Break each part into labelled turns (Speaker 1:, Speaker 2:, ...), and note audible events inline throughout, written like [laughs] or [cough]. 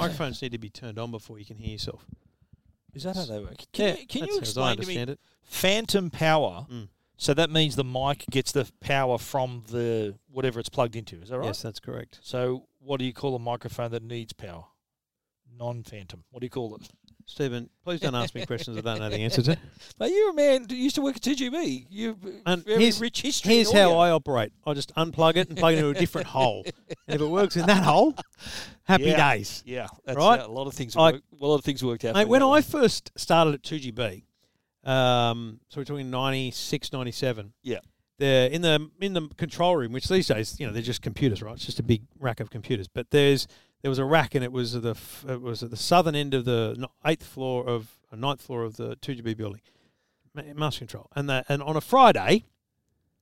Speaker 1: Microphones need to be turned on before you can hear yourself.
Speaker 2: Is that how they work? Can
Speaker 1: Yeah,
Speaker 2: you, can
Speaker 1: that's
Speaker 2: you
Speaker 1: how I
Speaker 2: explain to me
Speaker 1: understand it.
Speaker 2: phantom power?
Speaker 1: Mm.
Speaker 2: So that means the mic gets the power from the whatever it's plugged into. Is that right?
Speaker 1: Yes, that's correct.
Speaker 2: So what do you call a microphone that needs power? Non-phantom. What do you call it?
Speaker 1: Stephen, please don't ask me questions I don't know the answer
Speaker 2: [laughs]
Speaker 1: to.
Speaker 2: Now you're a man who used to work at TGB. You have
Speaker 1: And
Speaker 2: uh, very
Speaker 1: here's-
Speaker 2: rich history.
Speaker 1: Here's how I operate. I just unplug it and plug it into a different hole. And if it works in that hole, happy
Speaker 2: Yeah.
Speaker 1: days.
Speaker 2: Yeah, that's
Speaker 1: Right?
Speaker 2: how A lot of things.
Speaker 1: I-
Speaker 2: work, a lot of things worked out.
Speaker 1: Mate,
Speaker 2: for me
Speaker 1: when
Speaker 2: that
Speaker 1: I
Speaker 2: way.
Speaker 1: first started at 2GB, um, so we're talking 96, 97.
Speaker 2: Yeah.
Speaker 1: They're in the in the control room, which these days, you know, they're just computers, right? It's just a big rack of computers. But there's there was a rack, and it was at the f- it was at the southern end of the no- eighth floor of or ninth floor of the 2GB building, Ma- master control. And the, and on a Friday,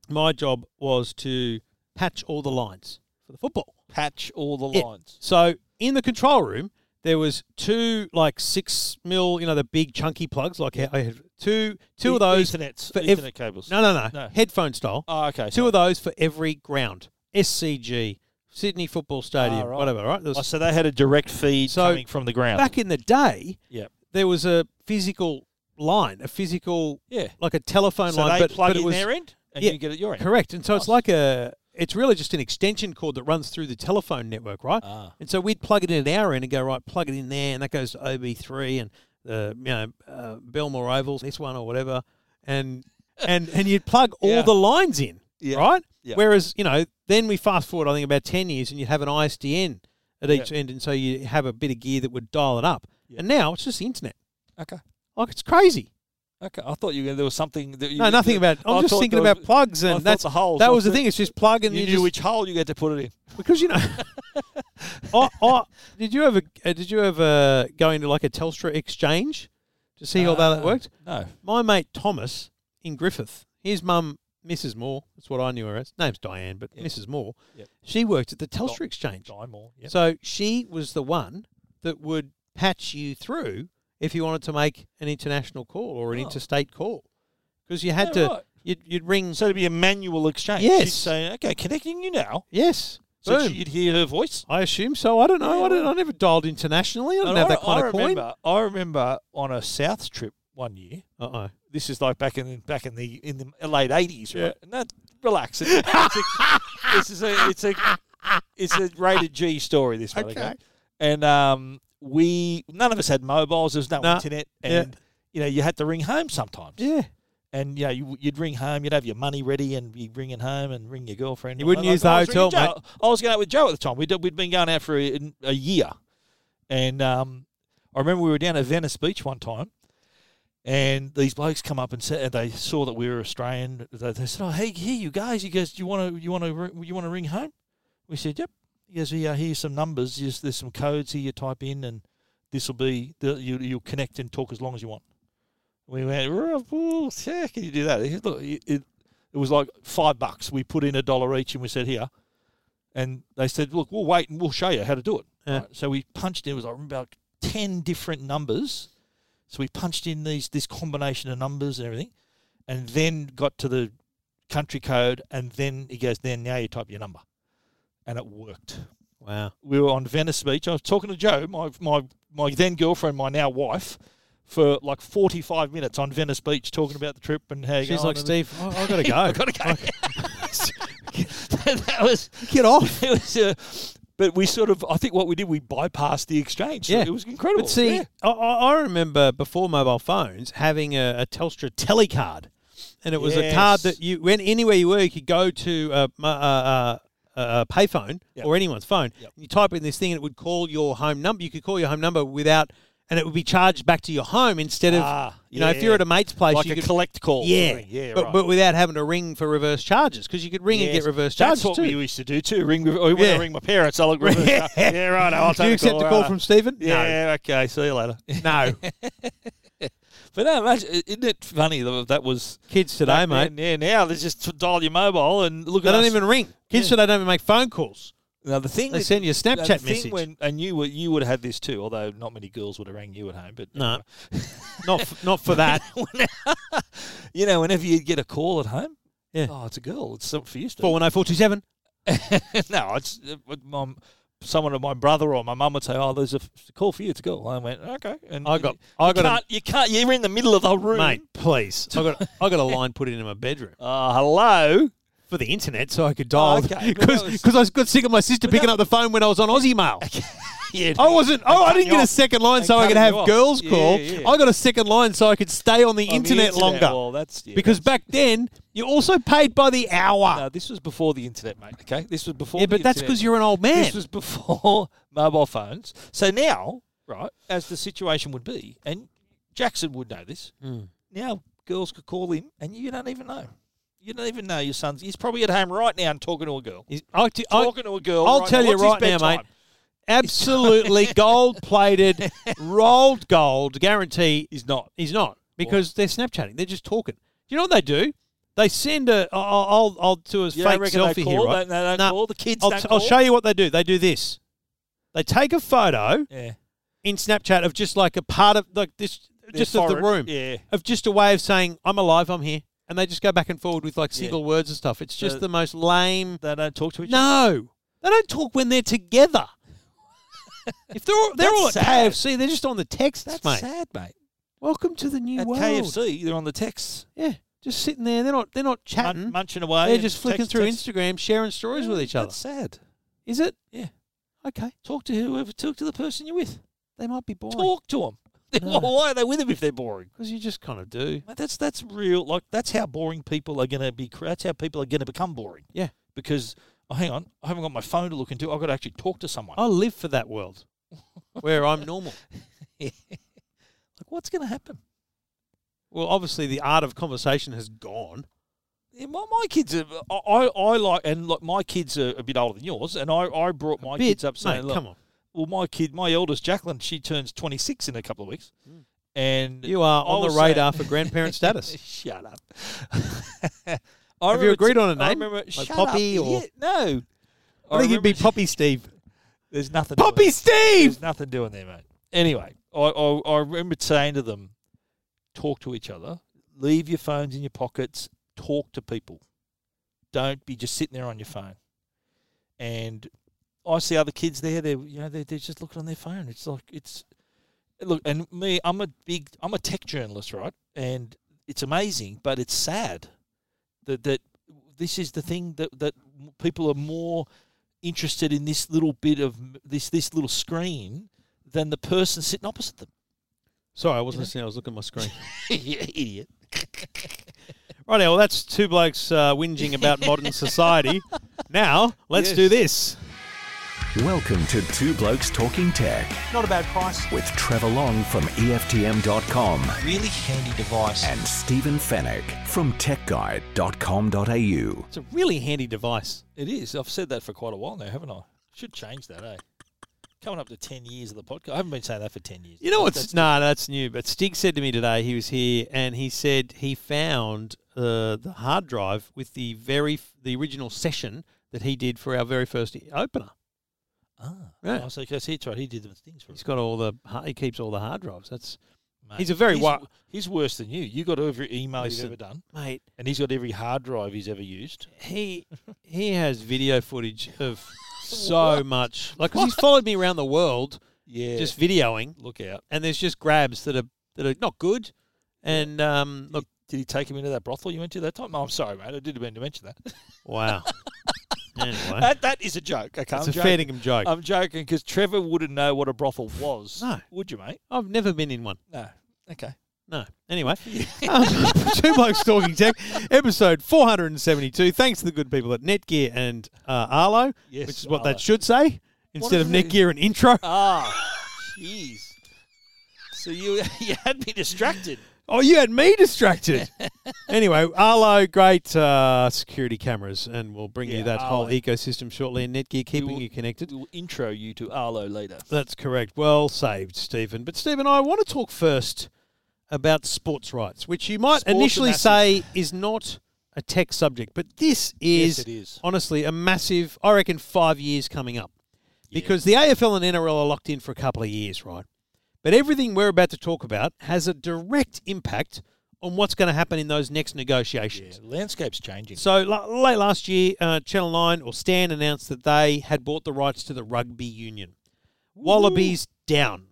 Speaker 1: my job was to patch all the lines for the football.
Speaker 2: patch all the
Speaker 1: Yeah.
Speaker 2: lines.
Speaker 1: So in the control room, there was two like six mil, you know, the big chunky plugs. Like I had two, two of
Speaker 2: E-
Speaker 1: those.
Speaker 2: Ethernets,
Speaker 1: for
Speaker 2: Ethernet
Speaker 1: ev-
Speaker 2: cables.
Speaker 1: No, no, no,
Speaker 2: No.
Speaker 1: headphone style.
Speaker 2: Oh, okay.
Speaker 1: Two of those for every ground. SCG, Sydney Football Stadium,
Speaker 2: Ah, right.
Speaker 1: whatever. Right. There was-
Speaker 2: Oh, so they had a direct feed
Speaker 1: So,
Speaker 2: coming from the ground.
Speaker 1: back in the day,
Speaker 2: Yep.
Speaker 1: there was a physical line, a physical
Speaker 2: yeah.
Speaker 1: like a telephone
Speaker 2: So
Speaker 1: line,
Speaker 2: they
Speaker 1: but,
Speaker 2: plug
Speaker 1: but it
Speaker 2: in
Speaker 1: was
Speaker 2: their end, and
Speaker 1: Yeah.
Speaker 2: you get it your end.
Speaker 1: correct. And so it's
Speaker 2: Nice.
Speaker 1: like a, it's really just an extension cord that runs through the telephone network, right?
Speaker 2: Ah,
Speaker 1: And so we'd plug it in at our end and go, right, plug it in there. And that goes to OB3 and, uh, you know, uh, Belmore Oval, this one or whatever.
Speaker 2: [laughs]
Speaker 1: And, and, and you'd plug all
Speaker 2: Yeah.
Speaker 1: the lines in,
Speaker 2: Yeah.
Speaker 1: right?
Speaker 2: Yeah.
Speaker 1: Whereas, you know, then we fast forward, I think, about 10 years and you'd have an ISDN at each end. And so you have a bit of gear that would dial it up.
Speaker 2: Yeah.
Speaker 1: And now it's just the internet.
Speaker 2: okay,
Speaker 1: Like, it's crazy.
Speaker 2: okay. I thought you were- there was something that you
Speaker 1: No, nothing about, I'm
Speaker 2: I
Speaker 1: just
Speaker 2: thought
Speaker 1: thinking
Speaker 2: there
Speaker 1: about
Speaker 2: was-
Speaker 1: plugs
Speaker 2: I
Speaker 1: and
Speaker 2: thought
Speaker 1: that's,
Speaker 2: the holes.
Speaker 1: that
Speaker 2: I
Speaker 1: was the
Speaker 2: thought
Speaker 1: thing. It's just plug
Speaker 2: You
Speaker 1: and you,
Speaker 2: knew
Speaker 1: just,
Speaker 2: which hole you had to put it in.
Speaker 1: because, you know, [laughs] I, I, did you ever, uh, did you ever go into like a Telstra exchange to see how that
Speaker 2: Ah.
Speaker 1: worked?
Speaker 2: No.
Speaker 1: my mate Thomas in Griffith, his mum, Mrs. Moore, that's what I knew her as. Name's Diane, but
Speaker 2: Yeah.
Speaker 1: Mrs. Moore,
Speaker 2: Yep.
Speaker 1: she worked at the Telstra
Speaker 2: Di-
Speaker 1: Exchange.
Speaker 2: Dymore. Yep.
Speaker 1: So she was the one that would patch you through if you wanted to make an international call or an
Speaker 2: Oh.
Speaker 1: interstate call. Because you had
Speaker 2: Yeah,
Speaker 1: to,
Speaker 2: right.
Speaker 1: you'd, you'd ring,
Speaker 2: So it'd be a manual exchange.
Speaker 1: Yes.
Speaker 2: She'd say, okay, connecting you now.
Speaker 1: yes,
Speaker 2: So
Speaker 1: boom.
Speaker 2: she- you'd hear her voice.
Speaker 1: I assume so. I don't know.
Speaker 2: Yeah,
Speaker 1: I, don't,
Speaker 2: well-
Speaker 1: I never dialed internationally. I don't
Speaker 2: And
Speaker 1: have
Speaker 2: I,
Speaker 1: that kind
Speaker 2: I
Speaker 1: of coin.
Speaker 2: remember, I remember on a South trip one year.
Speaker 1: Uh oh.
Speaker 2: This is like back in back in the in the late eighties,
Speaker 1: Yeah.
Speaker 2: right? No, relax. It's, it's a, this is a it's a it's a rated G story. This one, okay.
Speaker 1: [laughs] Okay.
Speaker 2: And um, we none of us had mobiles. There was no
Speaker 1: Nah.
Speaker 2: internet,
Speaker 1: Yeah.
Speaker 2: and you know you had to ring home sometimes.
Speaker 1: Yeah.
Speaker 2: And you know you, you'd ring home. You'd have your money ready, and you'd ring it home and ring your girlfriend.
Speaker 1: You wouldn't
Speaker 2: Like,
Speaker 1: use the
Speaker 2: I was ringing
Speaker 1: hotel,
Speaker 2: Joe. I was going out with Joe at the time. We'd we'd been going out for a, a year, and um, I remember we were down at Venice Beach one time, and these blokes come up and said and they saw that we were Australian. They, they said, "Oh, hey, here you guys. You guys, do you want to you want to you want to ring home?" We said, "Yep." He goes, "Yeah, here's some numbers. Here's, there's some codes here. You type in, and this will be the, you you'll connect and talk as long as you want." We went, "Oh, well, yeah, can you do that?" He said, Look, it, it, it was like five bucks. We put in a dollar each, and we said, "Here." And they said, "Look, we'll wait and we'll show you how to do it."
Speaker 1: Yeah.
Speaker 2: Right, So we punched in. It was like about ten different numbers. So we punched in these this combination of numbers and everything, and then got to the country code, and then he goes, "Then now you type your number," and it worked.
Speaker 1: Wow.
Speaker 2: We were on Venice Beach. I was talking to Joe, my my my then girlfriend, my now wife, for like forty five minutes on Venice Beach, talking about the trip and how you're
Speaker 1: She's like,
Speaker 2: going and- [laughs]
Speaker 1: Steve, I, I gotta go.
Speaker 2: I gotta go. [laughs] that was
Speaker 1: Get off.
Speaker 2: [laughs] it was. Uh, but we sort of, I think what we did, we bypassed the exchange.
Speaker 1: Yeah.
Speaker 2: it was incredible.
Speaker 1: But see,
Speaker 2: Yeah.
Speaker 1: I I, I remember before mobile phones having a, a Telstra telecard, and it was a card
Speaker 2: Yes.
Speaker 1: that you went anywhere you were, you could go to a, mo- a, a, a, a payphone
Speaker 2: Yep.
Speaker 1: or anyone's phone.
Speaker 2: Yep.
Speaker 1: And you type in this thing, and it would call your home number. You could call your home number without, and it would be charged back to your home instead of
Speaker 2: Ah,
Speaker 1: you know if you're
Speaker 2: yeah.
Speaker 1: at a mate's place,
Speaker 2: like
Speaker 1: you
Speaker 2: a
Speaker 1: could.
Speaker 2: collect call.
Speaker 1: yeah,
Speaker 2: thing. yeah,
Speaker 1: but,
Speaker 2: right.
Speaker 1: but without having to ring for reverse charges because you could ring and
Speaker 2: Yes.
Speaker 1: get reverse
Speaker 2: That's
Speaker 1: charges
Speaker 2: what
Speaker 1: too.
Speaker 2: we used to do too. Ring, re- oh, when
Speaker 1: Yeah.
Speaker 2: I ring my parents,
Speaker 1: [laughs]
Speaker 2: I look reverse.
Speaker 1: Yeah.
Speaker 2: yeah. yeah, right. I'll
Speaker 1: Do
Speaker 2: take
Speaker 1: you accept a call
Speaker 2: right.
Speaker 1: from Stephen?
Speaker 2: [laughs] Yeah, okay. See you later.
Speaker 1: No, no.
Speaker 2: But no, imagine, isn't it funny that that was
Speaker 1: Kids today,
Speaker 2: back
Speaker 1: mate,
Speaker 2: then? Yeah, now they just dial your mobile and look
Speaker 1: they
Speaker 2: at
Speaker 1: don't
Speaker 2: us.
Speaker 1: even ring. Kids today don't even make phone calls.
Speaker 2: now the thing
Speaker 1: They
Speaker 2: that-
Speaker 1: send you a
Speaker 2: Now,
Speaker 1: Snapchat
Speaker 2: the thing
Speaker 1: message.
Speaker 2: When, and you were you would have had this too, although not many girls would have rang you at home. But
Speaker 1: [laughs]
Speaker 2: [laughs]
Speaker 1: No. not f- not for that.
Speaker 2: you know, whenever you'd get a call at home,
Speaker 1: Yeah.
Speaker 2: [laughs] oh, it's a girl. It's something for you. Steve.
Speaker 1: Four one zero four two seven.
Speaker 2: no, it's uh, my someone of my brother or my mum would say, "Oh, there's a f- call for you to go." I went, "Okay." And
Speaker 1: I got- I got a-
Speaker 2: You can't, you can't. You're in the middle of the room.
Speaker 1: Mate, please. I got I got a line put in in my bedroom
Speaker 2: Uh, hello. [laughs]
Speaker 1: for the internet so I could dial
Speaker 2: Oh, okay. Well,
Speaker 1: because
Speaker 2: that was-
Speaker 1: I got sick of my sister picking up the phone when I was on Aussie Mail.
Speaker 2: Yeah.
Speaker 1: I wasn't. Oh, I
Speaker 2: cutting
Speaker 1: didn't
Speaker 2: you
Speaker 1: get a
Speaker 2: off.
Speaker 1: second line
Speaker 2: They
Speaker 1: so I could
Speaker 2: cutting
Speaker 1: have
Speaker 2: you off.
Speaker 1: girls
Speaker 2: Yeah,
Speaker 1: call.
Speaker 2: yeah.
Speaker 1: I got a second line so I could stay on the,
Speaker 2: On the
Speaker 1: internet, longer
Speaker 2: Well, that's yeah,
Speaker 1: because back then you also paid by the hour.
Speaker 2: No, this was before the internet, mate. Okay, this was before.
Speaker 1: yeah,
Speaker 2: the
Speaker 1: but that's
Speaker 2: internet.
Speaker 1: because you're an old man.
Speaker 2: This was before [laughs] mobile phones. So now, right, as the situation would be, and Jackson would know this.
Speaker 1: Hmm.
Speaker 2: Now girls could call him, and you don't even know. You don't even know your son's. He's probably at home right now and talking to a girl.
Speaker 1: Is- I, t- I-
Speaker 2: Talking to a girl.
Speaker 1: I'll
Speaker 2: right
Speaker 1: tell
Speaker 2: now.
Speaker 1: you
Speaker 2: What's his
Speaker 1: right now, mate,
Speaker 2: bedtime? [laughs]
Speaker 1: absolutely gold plated, rolled gold guarantee.
Speaker 2: He's not.
Speaker 1: He's not because they're Snapchatting. They're just talking. Do you know what they do? They send a. I'll I'll, I'll do a fake
Speaker 2: You don't reckon
Speaker 1: selfie
Speaker 2: they call?
Speaker 1: here, right?
Speaker 2: They, they don't
Speaker 1: Nah.
Speaker 2: call. The kids
Speaker 1: I'll,
Speaker 2: don't
Speaker 1: t-
Speaker 2: call.
Speaker 1: I'll show you what they do. They do this. They take a photo
Speaker 2: Yeah.
Speaker 1: in Snapchat of just like a part of like this, just
Speaker 2: Their
Speaker 1: of the
Speaker 2: foreign-
Speaker 1: room,
Speaker 2: Yeah.
Speaker 1: of just a way of saying I'm alive, I'm here, and they just go back and forward with like
Speaker 2: Yeah. Uh,
Speaker 1: single words and stuff. It's just
Speaker 2: The-
Speaker 1: the most lame.
Speaker 2: They don't talk to each other.
Speaker 1: No, they don't talk when they're together.
Speaker 2: [laughs]
Speaker 1: if they're all, they're all at
Speaker 2: That's sad.
Speaker 1: KFC, they're just on the texts,
Speaker 2: That's
Speaker 1: mate.
Speaker 2: sad, mate.
Speaker 1: Welcome to the new
Speaker 2: At
Speaker 1: world.
Speaker 2: KFC, they're on the texts,
Speaker 1: Yeah, just sitting there. They're not. They're not
Speaker 2: mun-
Speaker 1: chatting.
Speaker 2: munching away.
Speaker 1: they're
Speaker 2: and
Speaker 1: just flicking
Speaker 2: text-
Speaker 1: through
Speaker 2: text-
Speaker 1: Instagram, sharing stories with each other.
Speaker 2: That's sad.
Speaker 1: Is it?
Speaker 2: Yeah.
Speaker 1: Okay.
Speaker 2: Talk to whoever. Talk to the person you're with.
Speaker 1: They might be boring
Speaker 2: Talk [laughs] to them.
Speaker 1: No.
Speaker 2: Why are they with them if they're boring?
Speaker 1: because you just kind of do.
Speaker 2: Mate, that's that's real. Like that's how boring people are going to be. cr- That's how people are going to become boring.
Speaker 1: Yeah.
Speaker 2: Because oh, hang on, I haven't got my phone to look into. I've got to actually talk to someone.
Speaker 1: I live for that
Speaker 2: [laughs]
Speaker 1: world where I'm normal.
Speaker 2: Like what's going to happen?
Speaker 1: Well, obviously the art of conversation has gone.
Speaker 2: Yeah, my, my kids are. I, I I like and like my kids are a bit older than yours, and I, I brought my
Speaker 1: Bit-
Speaker 2: kids up saying,
Speaker 1: mate,
Speaker 2: look,
Speaker 1: come on,
Speaker 2: well, my kid, my eldest Jacqueline, she turns 26 in a couple of weeks,
Speaker 1: Mm.
Speaker 2: and [laughs]
Speaker 1: you are on the
Speaker 2: I'll say-
Speaker 1: radar for
Speaker 2: [laughs]
Speaker 1: grandparent status.
Speaker 2: Shut up.
Speaker 1: Have you agreed on a name?
Speaker 2: [laughs] I remember,
Speaker 1: Like
Speaker 2: shut
Speaker 1: Poppy
Speaker 2: up.
Speaker 1: or-
Speaker 2: Yeah, no?
Speaker 1: I, think it'd be
Speaker 2: remember-
Speaker 1: Poppy Steve.
Speaker 2: [laughs] There's nothing. doing
Speaker 1: Poppy
Speaker 2: there.
Speaker 1: Steve.
Speaker 2: There's nothing doing there, mate. Anyway, I, I I remember saying to them, talk to each other, leave your phones in your pockets, talk to people. Don't be just sitting there on your phone. And I see other kids there. They are you know they they're just looking on their phone. It's like it's look and me. I'm a big I'm a tech journalist, right? And it's amazing, but it's sad that that this is the thing that that people are more interested in this little bit of m- this this little screen than the person sitting opposite
Speaker 1: [laughs]
Speaker 2: them.
Speaker 1: Sorry, I wasn't
Speaker 2: know?
Speaker 1: listening. I was looking at my screen.
Speaker 2: Idiot. [laughs]
Speaker 1: Right now, well, that's two blokes uh, whinging
Speaker 2: [laughs]
Speaker 1: about modern society. Now, let's
Speaker 2: Yes.
Speaker 1: do this.
Speaker 3: Welcome to Two Blokes Talking Tech
Speaker 4: Not a bad price.
Speaker 3: with Trevor Long from E EFTM.com
Speaker 4: Really handy device.
Speaker 3: and Stephen Fennec from TechGuide.com.au.
Speaker 1: It's a really handy device.
Speaker 2: It is. I've said that for quite a while now, haven't I? Should change that, eh? Coming up to ten years of the podcast. I haven't been saying that for ten years.
Speaker 1: You know
Speaker 2: That's-
Speaker 1: what's no, no, that's new. But Stig said to me today he was here and he said he found uh, the hard drive with the very f- the original session that he did for our very first i- opener.
Speaker 2: that's- Ah,
Speaker 1: [laughs] Yeah.
Speaker 2: yeah. so that's that's right. He did the things for us.
Speaker 1: He's got all the ha- he keeps all the hard drives. That's
Speaker 2: Mate,
Speaker 1: he's a very
Speaker 2: he's,
Speaker 1: wi-
Speaker 2: he's worse than you. You got every email
Speaker 1: Listen.
Speaker 2: you've ever done,
Speaker 1: mate.
Speaker 2: and he's got every hard drive he's ever used. [laughs]
Speaker 1: He he has video footage of so much. Like 'cause he's followed me around the world
Speaker 2: Yeah,
Speaker 1: just videoing,
Speaker 2: look out.
Speaker 1: and there's just grabs that are that are not good. And um, look,
Speaker 2: Did he take him into that brothel you went to that time? Oh, I'm sorry, mate. I didn't mean to mention that. [laughs]
Speaker 1: wow. anyway,
Speaker 2: that, that is a joke. Okay,
Speaker 1: it's
Speaker 2: I'm
Speaker 1: a
Speaker 2: joking.
Speaker 1: fair dinkum joke.
Speaker 2: I'm joking because Trevor wouldn't know what a brothel was.
Speaker 1: No.
Speaker 2: Would you, mate?
Speaker 1: I've never been in one.
Speaker 2: No. Okay.
Speaker 1: No.
Speaker 2: [laughs]
Speaker 1: Anyway, um, [laughs] Two Blokes Talking Tech, episode 472. Thanks to the good people at Netgear and uh, Arlo,
Speaker 2: Yes,
Speaker 1: which is what
Speaker 2: Arlo.
Speaker 1: that should say instead of
Speaker 2: does it-
Speaker 1: Netgear and intro.
Speaker 2: Ah, [laughs] jeez. So you [laughs] you had me distracted.
Speaker 1: Oh, you had me
Speaker 2: [laughs]
Speaker 1: distracted. anyway, Arlo, great uh, security cameras, and we'll bring you
Speaker 2: Yeah,
Speaker 1: that whole
Speaker 2: Arlo.
Speaker 1: ecosystem shortly. And Netgear keeping
Speaker 2: will-
Speaker 1: you connected.
Speaker 2: We'll intro you to Arlo later.
Speaker 1: That's correct. Well saved, Stephen. But Stephen, I want to talk first about sports rights, which you might
Speaker 2: Sports are
Speaker 1: initially
Speaker 2: massive.
Speaker 1: say is not a tech subject, but this is,
Speaker 2: Yes, it is.
Speaker 1: honestly a massive. I reckon five years coming up, because the AFL and NRL are locked in for a couple of years, right? But everything we're about to talk about has a direct impact on what's going to happen in those next
Speaker 2: Yeah,
Speaker 1: negotiations.
Speaker 2: landscape's changing.
Speaker 1: So la late last year, uh, Channel 9 or Stan announced that they had bought the rights to the rugby union. Wallabies down.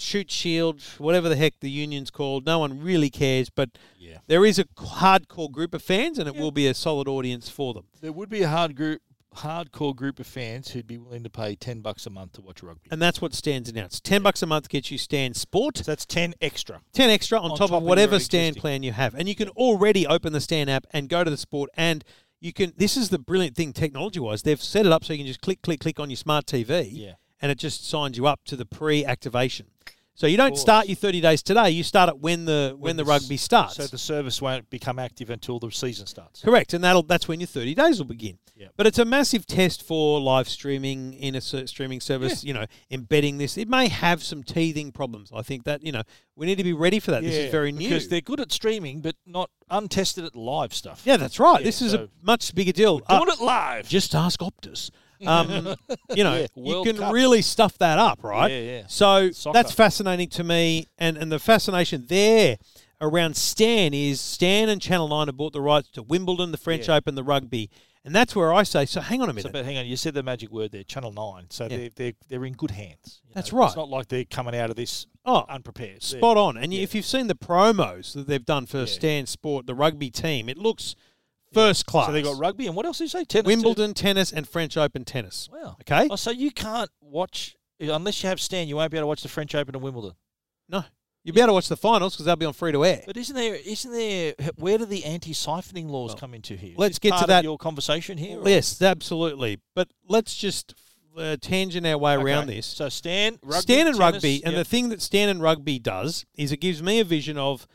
Speaker 1: Shoot Shield, whatever the heck the union's called. No one really cares, but
Speaker 2: Yeah.
Speaker 1: there is a c- hardcore group of fans and it will be a solid audience for them.
Speaker 2: There would be a hard group, hardcore group of fans who'd be willing to pay ten bucks a month to watch rugby.
Speaker 1: And that's what Stan's announced. 10 bucks a month gets you Stan Sport.
Speaker 2: So that's ten extra.
Speaker 1: 10 extra on,
Speaker 2: On
Speaker 1: top,
Speaker 2: top
Speaker 1: of
Speaker 2: of
Speaker 1: whatever
Speaker 2: your
Speaker 1: stand
Speaker 2: existing.
Speaker 1: plan you have. And you can already open the stand app and go to the sport and you can this is the brilliant thing technology wise. They've set it up so you can just click click click on your smart TV
Speaker 2: Yeah.
Speaker 1: and it just signs you up to the pre-activation. So you don't start your 30 days today, you start it when the when, the,
Speaker 2: the s-
Speaker 1: rugby starts.
Speaker 2: So the service won't become active until the season starts.
Speaker 1: Correct, and that'll that's when your thirty days will begin.
Speaker 2: Yep.
Speaker 1: But it's a massive test for live streaming in a ser- streaming service. You know, embedding this, it may have some teething problems. I think that you know we need to be ready for that. this is very new.
Speaker 2: because they're good at streaming, but not untested at live stuff.
Speaker 1: Yeah, that's right.
Speaker 2: Yeah,
Speaker 1: this is a
Speaker 2: so-
Speaker 1: much bigger deal. Uh,
Speaker 2: doing it live.
Speaker 1: just ask Optus.
Speaker 2: [laughs]
Speaker 1: Um, you know,
Speaker 2: Yeah,
Speaker 1: you
Speaker 2: World
Speaker 1: can
Speaker 2: Cup.
Speaker 1: really stuff that up, right?
Speaker 2: Yeah, yeah.
Speaker 1: So
Speaker 2: Soccer.
Speaker 1: that's fascinating to me, and and the fascination there around Stan is Stan and Channel Nine have bought the rights to Wimbledon, the French Open, the rugby, and that's where I say, so hang on a minute.
Speaker 2: So, but hang on, you said the magic word there, Channel Nine. So
Speaker 1: Yeah.
Speaker 2: they're, they're they're in good hands. you
Speaker 1: That's
Speaker 2: know.
Speaker 1: right.
Speaker 2: It's not like they're coming out of this
Speaker 1: Oh,
Speaker 2: unprepared. They're-
Speaker 1: Spot on. And if you've seen the promos that they've done for Stan Sport, the rugby team, it looks first class.
Speaker 2: So they got rugby and what else did you say? Tennis. too?
Speaker 1: Wimbledon tennis and French Open tennis.
Speaker 2: Wow.
Speaker 1: Okay?
Speaker 2: Oh, so you can't watch unless you have Stan. You won't be able to watch the French Open and Wimbledon.
Speaker 1: No. You'll be able to watch the finals because they'll be on free to air.
Speaker 2: But isn't there? Isn't there? Where do the anti-siphoning laws come into here? Is
Speaker 1: let's
Speaker 2: this
Speaker 1: get to
Speaker 2: part of
Speaker 1: that-
Speaker 2: Your conversation here. or-
Speaker 1: Yes, absolutely. But let's just uh, tangent our way around
Speaker 2: Okay.
Speaker 1: this.
Speaker 2: So Stan, rugby,
Speaker 1: Stan and
Speaker 2: tennis,
Speaker 1: rugby, and
Speaker 2: yep.
Speaker 1: the thing that Stan and rugby does is it gives me a vision of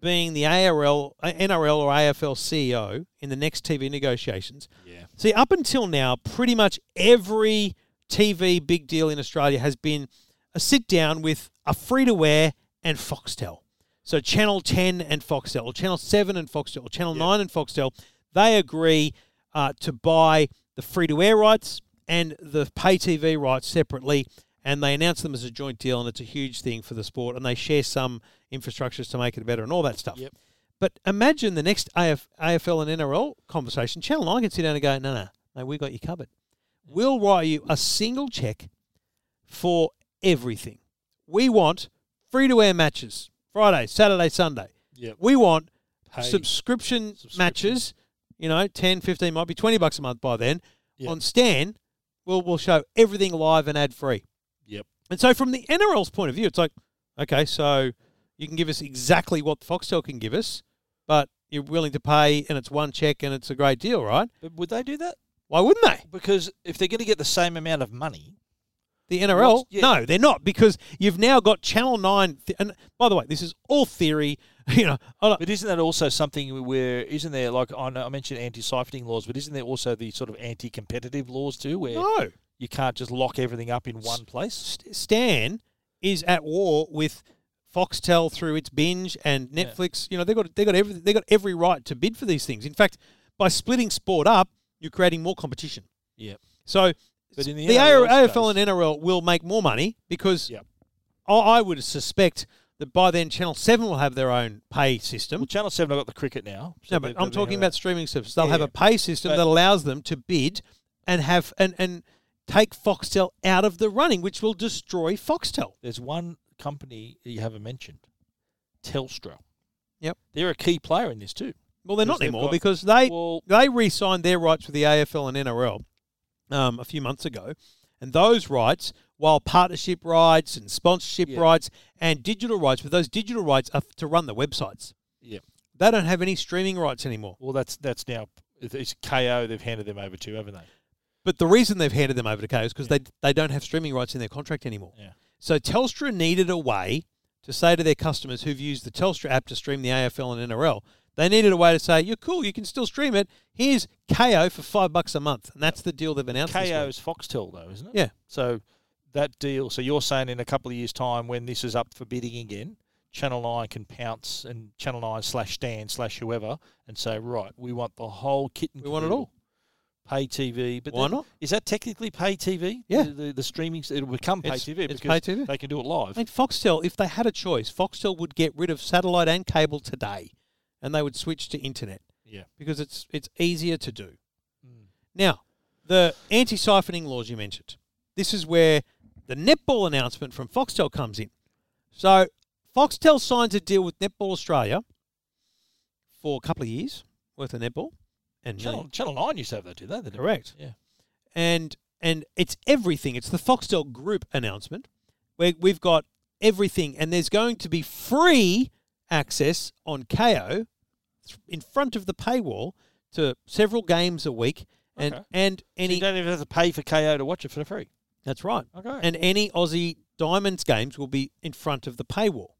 Speaker 1: being the ARL, uh, NRL or AFL CEO E in the next TV negotiations.
Speaker 2: Yeah.
Speaker 1: See, up until now, pretty much every TV big deal in Australia has been a sit down with a free to air and Foxtel. So Channel 10 and Foxtel, or Channel 7 and Foxtel, or Channel 9 and Foxtel, they agree uh, to buy the free to air rights and the pay TV rights separately. And they announce them as a joint deal, and it's a huge thing for the sport. And they share some infrastructures to make it better and all that stuff.
Speaker 2: Yep.
Speaker 1: But imagine the next AF, AFL and NRL conversation. Channel 9 can sit down and go, no, no, mate, we got you covered. We'll write you a single check for everything. We want free to air matches Friday, Saturday, Sunday.
Speaker 2: Yep.
Speaker 1: We want
Speaker 2: Pay-
Speaker 1: subscription
Speaker 2: Subscription.
Speaker 1: matches, you know, 10, 15, might be 20 bucks a month by then.
Speaker 2: Yep.
Speaker 1: On Stan, we'll, we'll show everything live and ad free.
Speaker 2: Yep.
Speaker 1: And so, from the NRL's point of view, it's like, okay, so you can give us exactly what Foxtel can give us, but you're willing to pay, and it's one check, and it's a great deal, right?
Speaker 2: But would they do that?
Speaker 1: Why wouldn't they?
Speaker 2: Because if they're going to get the same amount of money,
Speaker 1: The NRL?
Speaker 2: What's- yeah.
Speaker 1: No, they're not because you've now got Channel Nine. Th- and by the way, this is all theory. [laughs] You know, I don't-
Speaker 2: But isn't that also something where isn't there like I know I mentioned anti-siphoning laws, but isn't there also the sort of anti-competitive laws too, where
Speaker 1: no.
Speaker 2: you can't just lock everything up in one place?
Speaker 1: St- Stan is at war with Foxtel through its binge and Netflix. You know, they got they got every they got every right to bid for these things. In fact, by splitting sport up, you're creating more competition.
Speaker 2: Yep.
Speaker 1: So
Speaker 2: But in the
Speaker 1: the
Speaker 2: NRL
Speaker 1: AFL
Speaker 2: space-
Speaker 1: and NRL will make more money because
Speaker 2: Yep.
Speaker 1: I I would suspect that by then Channel Seven will have their own pay
Speaker 2: Well,
Speaker 1: system.
Speaker 2: Channel Seven, I've got the cricket now. so
Speaker 1: No,
Speaker 2: they've
Speaker 1: but
Speaker 2: got
Speaker 1: I'm
Speaker 2: the
Speaker 1: talking
Speaker 2: NRL.
Speaker 1: about streaming services. They'll have
Speaker 2: Yeah,
Speaker 1: a pay system
Speaker 2: but-
Speaker 1: that allows them to bid and have and and take Foxtel out of the running, which will destroy Foxtel.
Speaker 2: There's one company that you haven't mentioned, Telstra.
Speaker 1: Yep.
Speaker 2: They're a key player in this too.
Speaker 1: Well, they're
Speaker 2: Because
Speaker 1: not
Speaker 2: they've
Speaker 1: anymore
Speaker 2: got-
Speaker 1: because they
Speaker 2: Well-
Speaker 1: they re-signed their rights with the AFL and NRL um, a few months ago, and those rights, while partnership rights and sponsorship
Speaker 2: Yeah.
Speaker 1: rights and digital rights, but those digital rights are to run the websites.
Speaker 2: Yeah.
Speaker 1: They don't have any streaming rights anymore.
Speaker 2: Well, that's that's now it's KO. They've handed them over to, haven't they?
Speaker 1: But the reason they've handed them over to KO is because they they don't have streaming rights in their contract anymore.
Speaker 2: Yeah.
Speaker 1: So Telstra needed a way to say to their customers who've used the Telstra app to stream the AFL and NRL, they needed a way to say, "You're cool, you can still stream it. Here's KO for five bucks a month," and that's the deal they've announced. this
Speaker 2: KO
Speaker 1: week.
Speaker 2: is Foxtel though, isn't it?
Speaker 1: Yeah.
Speaker 2: So that deal. So you're saying in a couple of years' time, when this is up for bidding again, Channel Nine can pounce and Channel Nine slash Stan slash whoever and say, right, we want the whole kit and
Speaker 1: We want it
Speaker 2: caboodle.
Speaker 1: all.
Speaker 2: Pay TV, but
Speaker 1: Why
Speaker 2: then-
Speaker 1: not?
Speaker 2: Is that technically pay TV?
Speaker 1: Yeah.
Speaker 2: The, the, the streaming it'll become pay
Speaker 1: It's-
Speaker 2: TV
Speaker 1: it's
Speaker 2: because
Speaker 1: pay TV.
Speaker 2: they can do it live.
Speaker 1: I mean, Foxtel, if they had a choice, Foxtel would get rid of satellite and cable today. and they would switch to internet
Speaker 2: Yeah.
Speaker 1: because it's it's easier to do. Now, the anti-siphoning laws you mentioned. This is where the netball announcement from Foxtel comes in. So, Foxtel signs a deal with Netball Australia for a couple of years worth of netball and
Speaker 2: Channel, Channel 9 used to have that, did they? They did.
Speaker 1: Correct.
Speaker 2: Yeah.
Speaker 1: and and it's everything. It's the Foxtel Group announcement where we've got everything, and there's going to be free access on KO th- in front of the paywall to several games a week, and
Speaker 2: Okay.
Speaker 1: and
Speaker 2: So you
Speaker 1: any
Speaker 2: don't even have to pay for KO to watch it for free.
Speaker 1: that's right,
Speaker 2: Okay.
Speaker 1: and any Aussie Diamonds games will be in front of the paywall.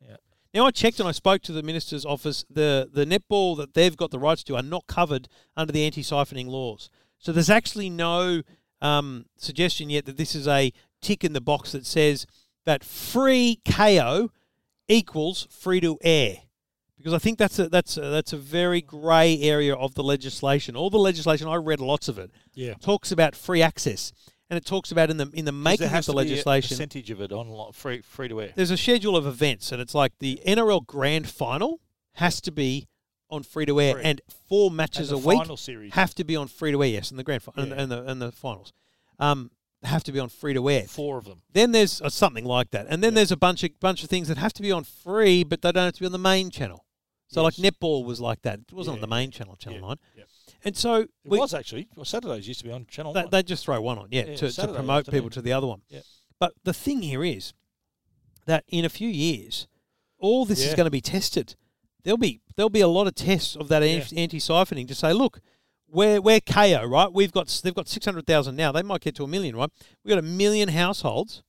Speaker 2: Yeah.
Speaker 1: Now I checked and I spoke to the minister's office. the The netball that they've got the rights to are not covered under the anti-siphoning laws. So there's actually no um, suggestion yet that this is a tick in the box that says that free KO equals free to air, because I think that's a that's a, that's a very grey area of the legislation. All the legislation I read, lots of it,
Speaker 2: Yeah.
Speaker 1: talks about free access, and it talks about in the in the making
Speaker 2: there
Speaker 1: of
Speaker 2: has
Speaker 1: the
Speaker 2: to be
Speaker 1: legislation
Speaker 2: a percentage of it on lo- free, free to air.
Speaker 1: there's a schedule of events, and it's like the NRL Grand Final has to be on free to air,
Speaker 2: Free.
Speaker 1: and four matches
Speaker 2: the
Speaker 1: a week
Speaker 2: final series.
Speaker 1: have to be on free to air. Yes, and the grand final
Speaker 2: Yeah.
Speaker 1: and, the and the finals um, have to be on free to air.
Speaker 2: Four of them.
Speaker 1: Then there's uh, something like that, and then there's a bunch of bunch of things that have to be on free, but they don't have to be on the main channel. So
Speaker 2: Yes.
Speaker 1: like netball was like that; it wasn't on
Speaker 2: Yeah,
Speaker 1: the main channel, Channel
Speaker 2: yeah,
Speaker 1: Nine,
Speaker 2: yeah.
Speaker 1: and so
Speaker 2: It
Speaker 1: we,
Speaker 2: was actually. Well, Saturdays used to be on Channel
Speaker 1: they,
Speaker 2: 1.
Speaker 1: they just throw one on, yeah,
Speaker 2: Yeah,
Speaker 1: to, to
Speaker 2: Saturday
Speaker 1: promote people
Speaker 2: afternoon.
Speaker 1: to the other one.
Speaker 2: Yeah.
Speaker 1: But the thing here is that in a few years, all this is
Speaker 2: Yeah.
Speaker 1: going to be tested. There'll be there'll be a lot of tests of that anti siphoning to say, look, we're we're KO, right? We've got s- they've got six hundred thousand now. They might get to a million, right? We've got a million households.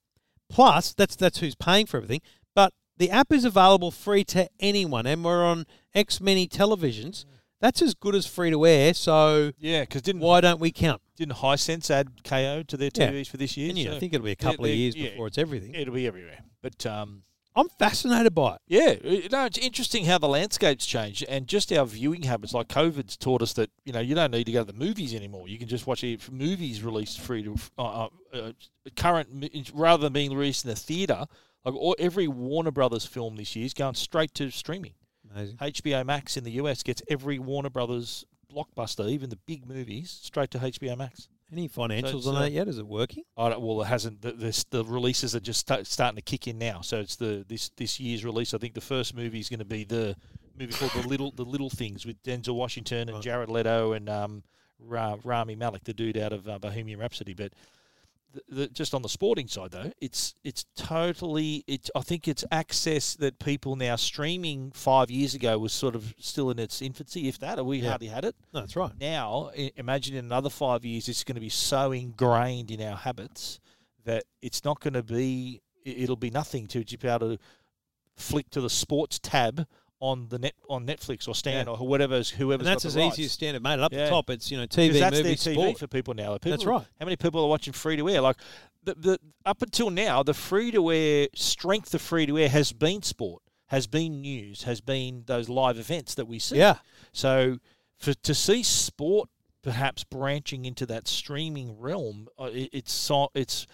Speaker 1: Plus, that's that's who's paying for everything. But the app is available free to anyone, and we're on X many
Speaker 2: Mm.
Speaker 1: televisions. That's as good as free to air. So
Speaker 2: yeah, because didn't,
Speaker 1: why don't we count?
Speaker 2: didn't High Sense add KO to their
Speaker 1: Yeah.
Speaker 2: TVs for this year?
Speaker 1: And yeah, I
Speaker 2: So
Speaker 1: think it'll be a
Speaker 2: they're-
Speaker 1: couple of
Speaker 2: they're-
Speaker 1: years
Speaker 2: yeah,
Speaker 1: before it's everything.
Speaker 2: It'll be everywhere. But um,
Speaker 1: I'm fascinated by it.
Speaker 2: Yeah, it- no, it's interesting how the landscape's changed and just our viewing habits. Like COVID's taught us that you know you don't need to go to the movies anymore. You can just watch if movies released free to uh, uh, uh, current mo- rather than being released in the theater. Like all, every Warner Brothers film this year is going straight to streaming.
Speaker 1: Amazing.
Speaker 2: HBO Max in the US gets every Warner Brothers blockbuster, even the big movies, straight to HBO Max.
Speaker 1: Any financials
Speaker 2: it's,
Speaker 1: on
Speaker 2: uh,
Speaker 1: that yet? Is it working?
Speaker 2: I don't, well, it hasn't. The, the, the releases are just sta- starting to kick in now. So it's the this this year's release. I think the first movie is going to be the movie called the little the little things with Denzel Washington and
Speaker 1: Right.
Speaker 2: Jared Leto and um, Ra- Rami Malek, the dude out of uh, Bohemian Rhapsody. But the, the, just on the sporting side though, it's it's totally. It's I think it's access that people now streaming five years ago was sort of still in its infancy, if that. We hardly had it
Speaker 1: No, that's right.
Speaker 2: now i- imagine in another five years it's going to be so ingrained in our habits that it's not going to be i- it'll be nothing to just be able to flick to the sports tab on the net on Netflix or Stan
Speaker 1: Yeah.
Speaker 2: or whatever's whoever's
Speaker 1: And that's
Speaker 2: got
Speaker 1: as
Speaker 2: the
Speaker 1: easy as
Speaker 2: rights.
Speaker 1: standard, mate. Up the
Speaker 2: Yeah.
Speaker 1: top, it's you know
Speaker 2: 'Cause
Speaker 1: TV,
Speaker 2: that's
Speaker 1: movie,
Speaker 2: their TV
Speaker 1: sport.
Speaker 2: for people now. Like,
Speaker 1: That's
Speaker 2: people-
Speaker 1: right.
Speaker 2: How many people are watching free to air? Like the, the up until now, the free to air strength of free to air has been sport, has been news, has been those live events that we see.
Speaker 1: Yeah,
Speaker 2: So for to see sport perhaps branching into that streaming realm, uh, it, it's so, it's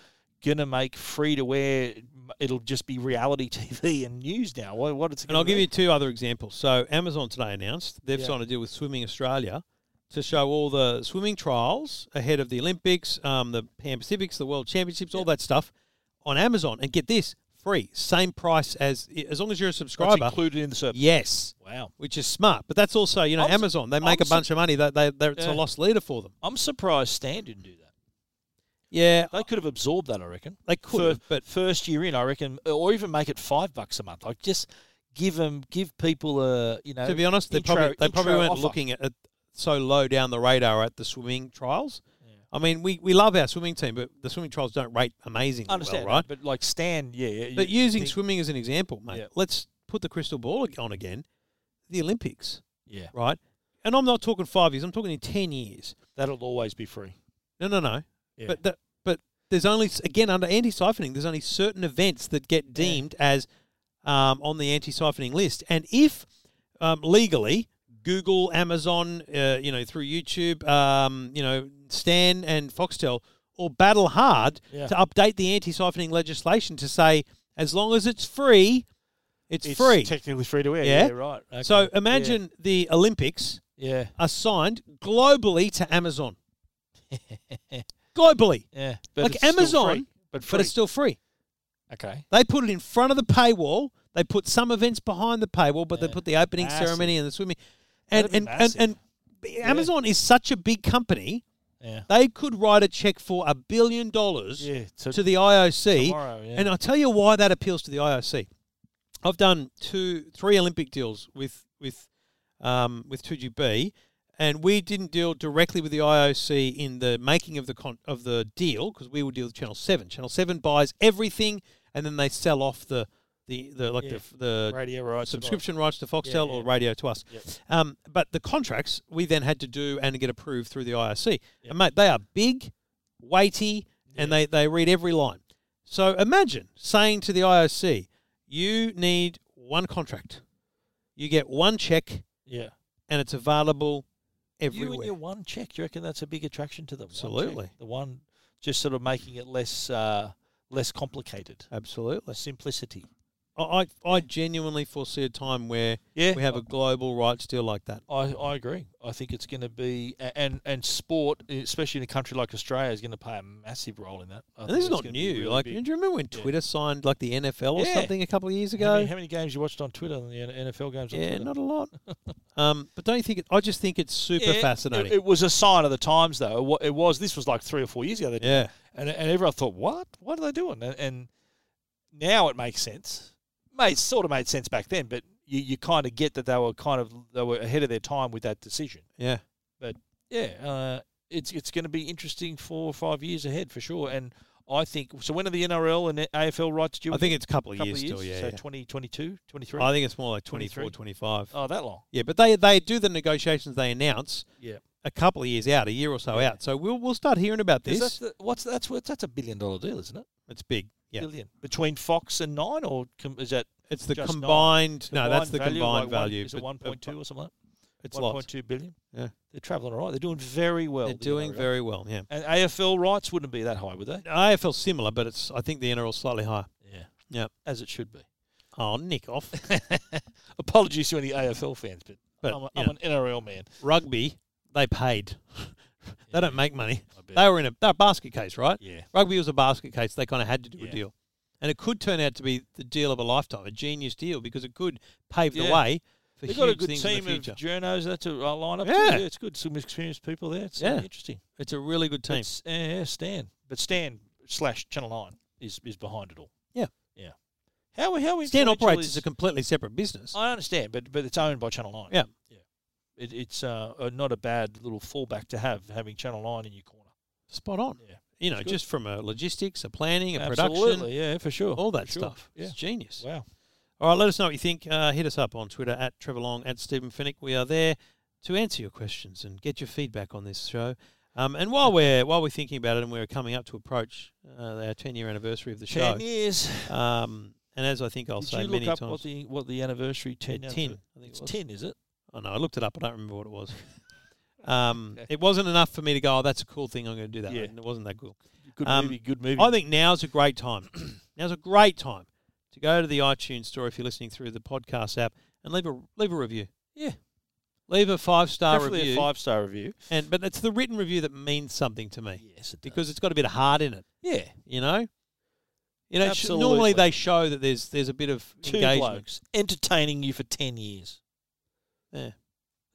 Speaker 2: gonna make free to wear. It'll just be reality [laughs] TV and news now. What, what it's
Speaker 1: and I'll give you two other examples. So Amazon today announced they've
Speaker 2: Yeah.
Speaker 1: signed a deal with Swimming Australia to show all the swimming trials ahead of the Olympics, um, the Pan Pacifics, the World Championships, all that stuff on Amazon. And get this, free, same price as as long as you're a
Speaker 2: what's
Speaker 1: subscriber.
Speaker 2: included in the service.
Speaker 1: Yes,
Speaker 2: Wow.
Speaker 1: which is smart. But that's also you know
Speaker 2: I'm su-
Speaker 1: Amazon. They make
Speaker 2: I'm
Speaker 1: a bunch of money. They they they're, it's
Speaker 2: Yeah.
Speaker 1: a lost leader for them.
Speaker 2: I'm surprised Stan didn't do that.
Speaker 1: Yeah,
Speaker 2: They could have absorbed that, I reckon.
Speaker 1: They could
Speaker 2: Fir-
Speaker 1: have, but-
Speaker 2: first year in, I reckon, or even make it five bucks a month. Like just give them, give people a you know.
Speaker 1: to be honest, they
Speaker 2: uh, intro-
Speaker 1: probably they probably
Speaker 2: intro
Speaker 1: weren't
Speaker 2: offer.
Speaker 1: looking at, at so low down the radar at the swimming trials. I mean, we, we love our swimming team, but the swimming trials don't rate amazingly
Speaker 2: I understand,
Speaker 1: well, right?
Speaker 2: But like Stan, yeah, yeah. you-
Speaker 1: But using
Speaker 2: think-
Speaker 1: swimming as an example, mate,
Speaker 2: Yeah.
Speaker 1: let's put the crystal ball ag- on again. The Olympics,
Speaker 2: yeah,
Speaker 1: right? And I'm not talking five years. I'm talking in ten years.
Speaker 2: that'll always be free.
Speaker 1: No, no, no.
Speaker 2: Yeah.
Speaker 1: But that, but there's only s- again under anti-siphoning. There's only certain events that get deemed as um, on the anti-siphoning list, and if um, legally Google, Amazon, uh, you know through YouTube, um, you know Stan and Foxtel all battle hard
Speaker 2: Yeah.
Speaker 1: to update the anti-siphoning legislation to say as long as it's free, It's, free.
Speaker 2: Technically free to air.
Speaker 1: Yeah.
Speaker 2: Yeah, right. Okay.
Speaker 1: So imagine the Olympics
Speaker 2: Yeah.
Speaker 1: are signed globally to Amazon. [laughs] globally.
Speaker 2: Yeah. yeah. But
Speaker 1: Like
Speaker 2: it's still
Speaker 1: Amazon,
Speaker 2: free, but free.
Speaker 1: But it's still free.
Speaker 2: okay.
Speaker 1: They put it in front of the paywall. They put some events behind the paywall, but they
Speaker 2: Yeah.
Speaker 1: put the opening
Speaker 2: Massive.
Speaker 1: ceremony and the swimming. And
Speaker 2: That'd be
Speaker 1: and, and
Speaker 2: massive.
Speaker 1: and Amazon is such a big company.
Speaker 2: Yeah.
Speaker 1: They could write a check for a billion dollars
Speaker 2: Yeah. So
Speaker 1: to the IOC.
Speaker 2: tomorrow. Yeah.
Speaker 1: And I'll tell you why that appeals to the IOC. I've done two, three Olympic deals with with um, with 2GB, and we didn't deal directly with the IOC in the making of the con- of the deal because we would deal with Channel Seven. Channel Seven buys everything, and then they sell off the the, the like
Speaker 2: Yeah.
Speaker 1: the the
Speaker 2: radio rights. and all.
Speaker 1: subscription rights to Foxtel
Speaker 2: yeah.
Speaker 1: or radio to us.
Speaker 2: Yep.
Speaker 1: Um, but the contracts we then had to do and get approved through the IRC.
Speaker 2: Yep.
Speaker 1: And mate, they are big, weighty, and they, they read every line. So imagine saying to the IOC, you need one contract. You get one check
Speaker 2: Yeah.
Speaker 1: and it's available
Speaker 2: You
Speaker 1: everywhere.
Speaker 2: and your one check. Do you reckon that's a big attraction to them? One check.
Speaker 1: Absolutely.
Speaker 2: the one just sort of making it less uh, less complicated.
Speaker 1: Absolutely.
Speaker 2: Simplicity.
Speaker 1: I, I I genuinely foresee a time where
Speaker 2: Yeah.
Speaker 1: we have a global rights deal like that.
Speaker 2: I, I agree. I think it's going to be a- and and sport, especially in a country like Australia, is going to play a massive role in that. I
Speaker 1: And
Speaker 2: think
Speaker 1: this is
Speaker 2: it's
Speaker 1: not
Speaker 2: gonna be
Speaker 1: new.
Speaker 2: really
Speaker 1: like,
Speaker 2: big.
Speaker 1: do you remember when
Speaker 2: Yeah.
Speaker 1: Twitter signed like the NFL or
Speaker 2: Yeah.
Speaker 1: something a couple of years ago?
Speaker 2: how many, how many games you watched on Twitter than the N- NFL games? On
Speaker 1: Yeah,
Speaker 2: Twitter?
Speaker 1: not a lot. um, but don't you think? It, I just think it's super
Speaker 2: Yeah,
Speaker 1: fascinating.
Speaker 2: It, it was a sign of the times, though. It wa- It was. This was like three or four years ago. They did
Speaker 1: yeah,
Speaker 2: And, and everyone thought, what? What are they doing? And, and now it makes sense. Made sort of made sense back then, but you, you kind of get that they were kind of they were ahead of their time with that decision.
Speaker 1: yeah.
Speaker 2: Yeah, uh, it's it's going to be interesting four or five years ahead for sure. And I think so. When are the NRL and AFL rights due?
Speaker 1: I think it's a couple of
Speaker 2: Couple
Speaker 1: years,
Speaker 2: of years
Speaker 1: still. Yeah,
Speaker 2: so
Speaker 1: yeah.
Speaker 2: 20, 22, 23?
Speaker 1: I think it's more like 24,
Speaker 2: 23.
Speaker 1: 25.
Speaker 2: oh, that long.
Speaker 1: Yeah, but they they do the negotiations. They announce
Speaker 2: Yeah.
Speaker 1: a couple of years out, a year or so out. So we'll we'll start hearing about this.
Speaker 2: 'Cause That's the, what's that's worth? That's a billion dollar deal, isn't it?
Speaker 1: it's big. Yeah,
Speaker 2: Billion between Fox and Nine, or com, is that
Speaker 1: it's the
Speaker 2: Just nine.
Speaker 1: combined. No, that's the
Speaker 2: value,
Speaker 1: combined
Speaker 2: like one-
Speaker 1: value.
Speaker 2: Is it
Speaker 1: but-
Speaker 2: one
Speaker 1: but
Speaker 2: point two or something? Like
Speaker 1: It's
Speaker 2: that? One point
Speaker 1: lots.
Speaker 2: two billion.
Speaker 1: Yeah.
Speaker 2: they're traveling all right. They're doing very well.
Speaker 1: They're
Speaker 2: the
Speaker 1: doing
Speaker 2: NRL.
Speaker 1: very well. Yeah.
Speaker 2: And AFL rights wouldn't be that high, would they?
Speaker 1: AFL similar, but it's I think the NRL is slightly higher.
Speaker 2: Yeah.
Speaker 1: Yep.
Speaker 2: As it should be. [laughs]
Speaker 1: Oh, Nick off.
Speaker 2: Apologies to any AFL fans, but,
Speaker 1: But
Speaker 2: I'm, a,
Speaker 1: you
Speaker 2: am an NRL man.
Speaker 1: rugby, they paid. [laughs] they don't make money.
Speaker 2: I bet.
Speaker 1: They were in a, they were a basket case, right?
Speaker 2: yeah.
Speaker 1: Rugby was a basket case. They kind of had to do a
Speaker 2: Yeah.
Speaker 1: deal. And it could turn out to be the deal of a lifetime, a genius deal, because it could pave the
Speaker 2: Yeah.
Speaker 1: way for
Speaker 2: They've
Speaker 1: huge
Speaker 2: got a good
Speaker 1: things in
Speaker 2: team
Speaker 1: the
Speaker 2: of
Speaker 1: future.
Speaker 2: journos. That's a uh, lineup. too.
Speaker 1: Yeah.
Speaker 2: it's good. Some experienced people there. It's
Speaker 1: Yeah.
Speaker 2: yeah. interesting.
Speaker 1: it's a really good team.
Speaker 2: It's, uh, yeah, Stan. But Stan slash Channel 9 is, is behind it all.
Speaker 1: Yeah.
Speaker 2: Yeah. How, how
Speaker 1: Stan
Speaker 2: influential
Speaker 1: operates
Speaker 2: is-
Speaker 1: as a completely separate business.
Speaker 2: I understand, but but it's owned by Channel Nine.
Speaker 1: Yeah.
Speaker 2: yeah. It, it's uh, uh, not a bad little fallback to have having Channel Nine in your corner.
Speaker 1: Spot on.
Speaker 2: Yeah,
Speaker 1: You know,
Speaker 2: it's good.
Speaker 1: just from a logistics, a planning, a production,
Speaker 2: absolutely, yeah, for sure,
Speaker 1: all that
Speaker 2: for sure.
Speaker 1: stuff.
Speaker 2: Yeah,
Speaker 1: It's genius.
Speaker 2: wow,
Speaker 1: All right, let us know what you think. Uh, hit us up on Twitter at Trevor Long, at Stephen Finnick. We are there to answer your questions and get your feedback on this show. Um, and while we're while we're thinking about it, and we're coming up to approach uh, our ten year anniversary of the show,
Speaker 2: ten years.
Speaker 1: um, and as I think I'll
Speaker 2: Did
Speaker 1: say
Speaker 2: you
Speaker 1: many
Speaker 2: look up
Speaker 1: times,
Speaker 2: what the what the anniversary ten?
Speaker 1: Yeah,
Speaker 2: anniversary-
Speaker 1: 10, I think it
Speaker 2: it's
Speaker 1: was.
Speaker 2: ten, is it?
Speaker 1: oh no, I looked it up. I don't remember what it
Speaker 2: [laughs]
Speaker 1: was. Um,
Speaker 2: Okay.
Speaker 1: It wasn't enough for me to go. Oh, that's a cool thing. I'm going to do that.
Speaker 2: Yeah.
Speaker 1: And it wasn't that cool.
Speaker 2: Good
Speaker 1: Um,
Speaker 2: movie, good movie.
Speaker 1: I think now's a great time. [clears throat] now's a great time to go to the iTunes store if you're listening through the podcast app and leave a leave a review.
Speaker 2: Yeah.
Speaker 1: leave a five star
Speaker 2: Preferably
Speaker 1: uh, review.
Speaker 2: a five star review.
Speaker 1: And but it's the written review that means something to me
Speaker 2: Yes, it does.
Speaker 1: because it's got a bit of heart in it.
Speaker 2: yeah,
Speaker 1: You know, you know. sh- normally
Speaker 2: Absolutely.
Speaker 1: they show that there's there's a bit of
Speaker 2: two
Speaker 1: engagement.
Speaker 2: blokes entertaining you for ten years.
Speaker 1: Yeah.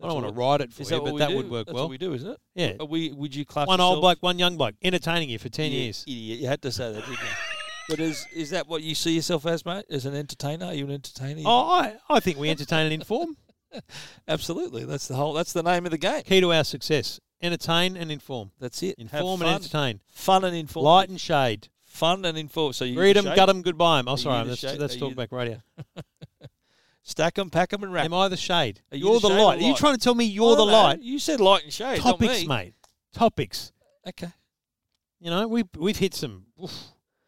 Speaker 1: I
Speaker 2: That's
Speaker 1: don't want to
Speaker 2: what-
Speaker 1: write it for
Speaker 2: Is
Speaker 1: you,
Speaker 2: that what
Speaker 1: but
Speaker 2: we
Speaker 1: that
Speaker 2: do?
Speaker 1: would work
Speaker 2: That's
Speaker 1: well.
Speaker 2: What we do, isn't it?
Speaker 1: yeah,
Speaker 2: Are we? Would you class
Speaker 1: one old
Speaker 2: yourself-
Speaker 1: bloke, one young bloke, entertaining you for ten
Speaker 2: You
Speaker 1: years.
Speaker 2: Idiot, you had to say that, didn't you? but is is that what you see yourself as, mate? As an entertainer? Are you an entertainer?
Speaker 1: Oh, I, I think
Speaker 2: [laughs]
Speaker 1: we entertain and inform.
Speaker 2: absolutely. That's the whole. That's the name of the game.
Speaker 1: Key to our success: entertain and inform.
Speaker 2: That's it. Have
Speaker 1: Inform
Speaker 2: fun.
Speaker 1: and entertain.
Speaker 2: Fun and inform.
Speaker 1: Light and shade.
Speaker 2: Fun and inform. So you
Speaker 1: Read 'em,
Speaker 2: shape,
Speaker 1: gut 'em, goodbye 'em. Oh,
Speaker 2: Are
Speaker 1: sorry,
Speaker 2: you
Speaker 1: I'm-
Speaker 2: the
Speaker 1: that's,
Speaker 2: shade?
Speaker 1: that's
Speaker 2: Are you
Speaker 1: talkback radio.
Speaker 2: stack 'em, pack 'em, and wrap.
Speaker 1: Am I the shade?
Speaker 2: Are you
Speaker 1: You're
Speaker 2: the
Speaker 1: the,
Speaker 2: shade or
Speaker 1: light. Are you
Speaker 2: light?
Speaker 1: trying to tell me
Speaker 2: I
Speaker 1: you're the
Speaker 2: don't know.
Speaker 1: light?
Speaker 2: You said light and shade. not
Speaker 1: Topics,
Speaker 2: me.
Speaker 1: mate. Topics.
Speaker 2: Okay.
Speaker 1: You know, we we've hit some oof,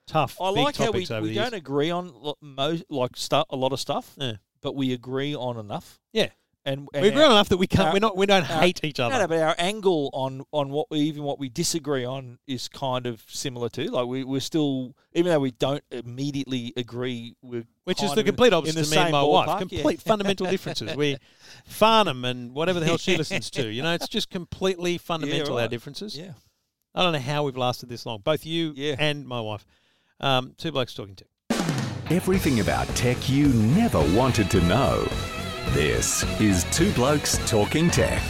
Speaker 1: tough
Speaker 2: I
Speaker 1: big
Speaker 2: like how we,
Speaker 1: topics over
Speaker 2: we
Speaker 1: the
Speaker 2: don't
Speaker 1: years.
Speaker 2: agree on lo- mo- like stu- a lot of stuff,
Speaker 1: Yeah.
Speaker 2: but we agree on enough.
Speaker 1: Yeah.
Speaker 2: and, and
Speaker 1: We've
Speaker 2: our-
Speaker 1: grown enough that we can't.
Speaker 2: uh,
Speaker 1: we're not. We don't
Speaker 2: uh,
Speaker 1: hate each other.
Speaker 2: No, no, but our angle on on what we even what we disagree on is kind of similar too. Like we we're still even though we don't immediately agree, we're
Speaker 1: which
Speaker 2: kind
Speaker 1: is the
Speaker 2: of in-
Speaker 1: complete
Speaker 2: in
Speaker 1: opposite
Speaker 2: the
Speaker 1: to me and
Speaker 2: same
Speaker 1: my
Speaker 2: ballpark,
Speaker 1: wife.
Speaker 2: yeah.
Speaker 1: Complete
Speaker 2: [laughs]
Speaker 1: fundamental differences. We Farnham and whatever the hell she listens to. You know, it's just
Speaker 2: [laughs]
Speaker 1: completely fundamental our
Speaker 2: right.
Speaker 1: differences.
Speaker 2: Yeah,
Speaker 1: I don't know how we've lasted this long. Both you
Speaker 2: Yeah.
Speaker 1: and my wife. Um, two blokes talking to.
Speaker 3: Everything about tech you never wanted to know. This is Two Blokes Talking Tech.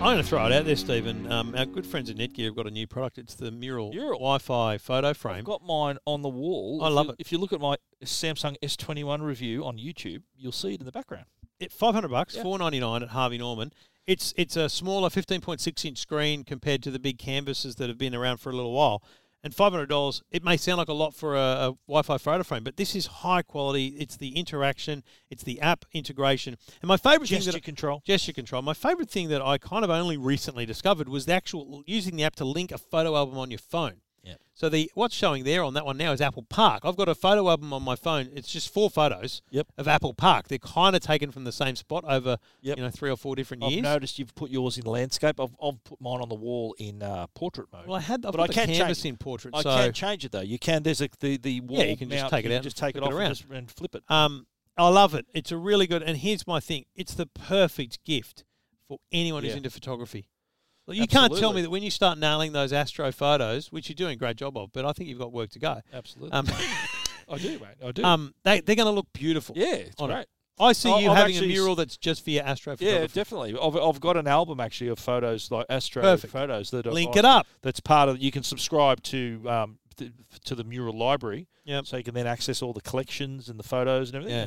Speaker 1: I'm going to throw it out there, Stephen. Um, our good friends at Netgear have got a new product. It's the Mural,
Speaker 2: Mural.
Speaker 1: Wi-Fi photo
Speaker 2: I've
Speaker 1: frame.
Speaker 2: got mine on the wall.
Speaker 1: I
Speaker 2: If
Speaker 1: love
Speaker 2: you-
Speaker 1: it.
Speaker 2: If you look at my Samsung S twenty one review on YouTube, you'll see it in the background.
Speaker 1: It, 500 bucks,
Speaker 2: Yeah.
Speaker 1: 499 at Harvey Norman. It's it's a smaller 15.6 inch screen compared to the big canvases that have been around for a little while. And $500, it may sound like a lot for a, a Wi-Fi photo frame, but this is high quality. It's the interaction, it's the app integration, and my favorite thing
Speaker 2: Gesture
Speaker 1: that
Speaker 2: control.
Speaker 1: gesture control. My favorite thing that I kind of only recently discovered was the actual using the app to link a photo album on your phone.
Speaker 2: Yeah.
Speaker 1: So the what's showing there on that one now is Apple Park. I've got a photo album on my phone. It's just four photos
Speaker 2: Yep.
Speaker 1: of Apple Park. They're kind of taken from the same spot over
Speaker 2: Yep.
Speaker 1: you know three or four different
Speaker 2: I've
Speaker 1: years.
Speaker 2: noticed you've put yours in landscape. I've, I've put mine on the wall in uh, portrait mode.
Speaker 1: well, I had I've
Speaker 2: but
Speaker 1: got
Speaker 2: I
Speaker 1: the
Speaker 2: can change
Speaker 1: canvas
Speaker 2: it.
Speaker 1: in portrait.
Speaker 2: I
Speaker 1: so
Speaker 2: can change it though. You can. There's a, the the wall.
Speaker 1: you can just
Speaker 2: mount,
Speaker 1: take it
Speaker 2: you
Speaker 1: out
Speaker 2: can just
Speaker 1: and
Speaker 2: take it
Speaker 1: flip it
Speaker 2: off
Speaker 1: around.
Speaker 2: and, just, and flip it.
Speaker 1: Um, I love it. It's a really good. And here's my thing: it's the perfect gift for anyone who's
Speaker 2: Yeah.
Speaker 1: into photography. Well, you can't tell
Speaker 2: Absolutely.
Speaker 1: me that when you start nailing those astro photos, which you're doing a great job of, but I think you've got work to go.
Speaker 2: Absolutely.
Speaker 1: Um,
Speaker 2: I do, mate. I do.
Speaker 1: um, [laughs] they they're going to look beautiful.
Speaker 2: yeah, it's
Speaker 1: on it.
Speaker 2: great.
Speaker 1: I see
Speaker 2: I-
Speaker 1: you
Speaker 2: I've
Speaker 1: having a
Speaker 2: actually s-
Speaker 1: mural that's just for your astro
Speaker 2: Yeah,
Speaker 1: photography.
Speaker 2: definitely. I've, I've got an album actually of photos like Astro
Speaker 1: Perfect.
Speaker 2: photos that are
Speaker 1: Link
Speaker 2: on-
Speaker 1: it up.
Speaker 2: That's part of. You can subscribe to um th- to the mural library.
Speaker 1: Yep.
Speaker 2: So you can then access all the collections and the photos and everything.
Speaker 1: Yeah.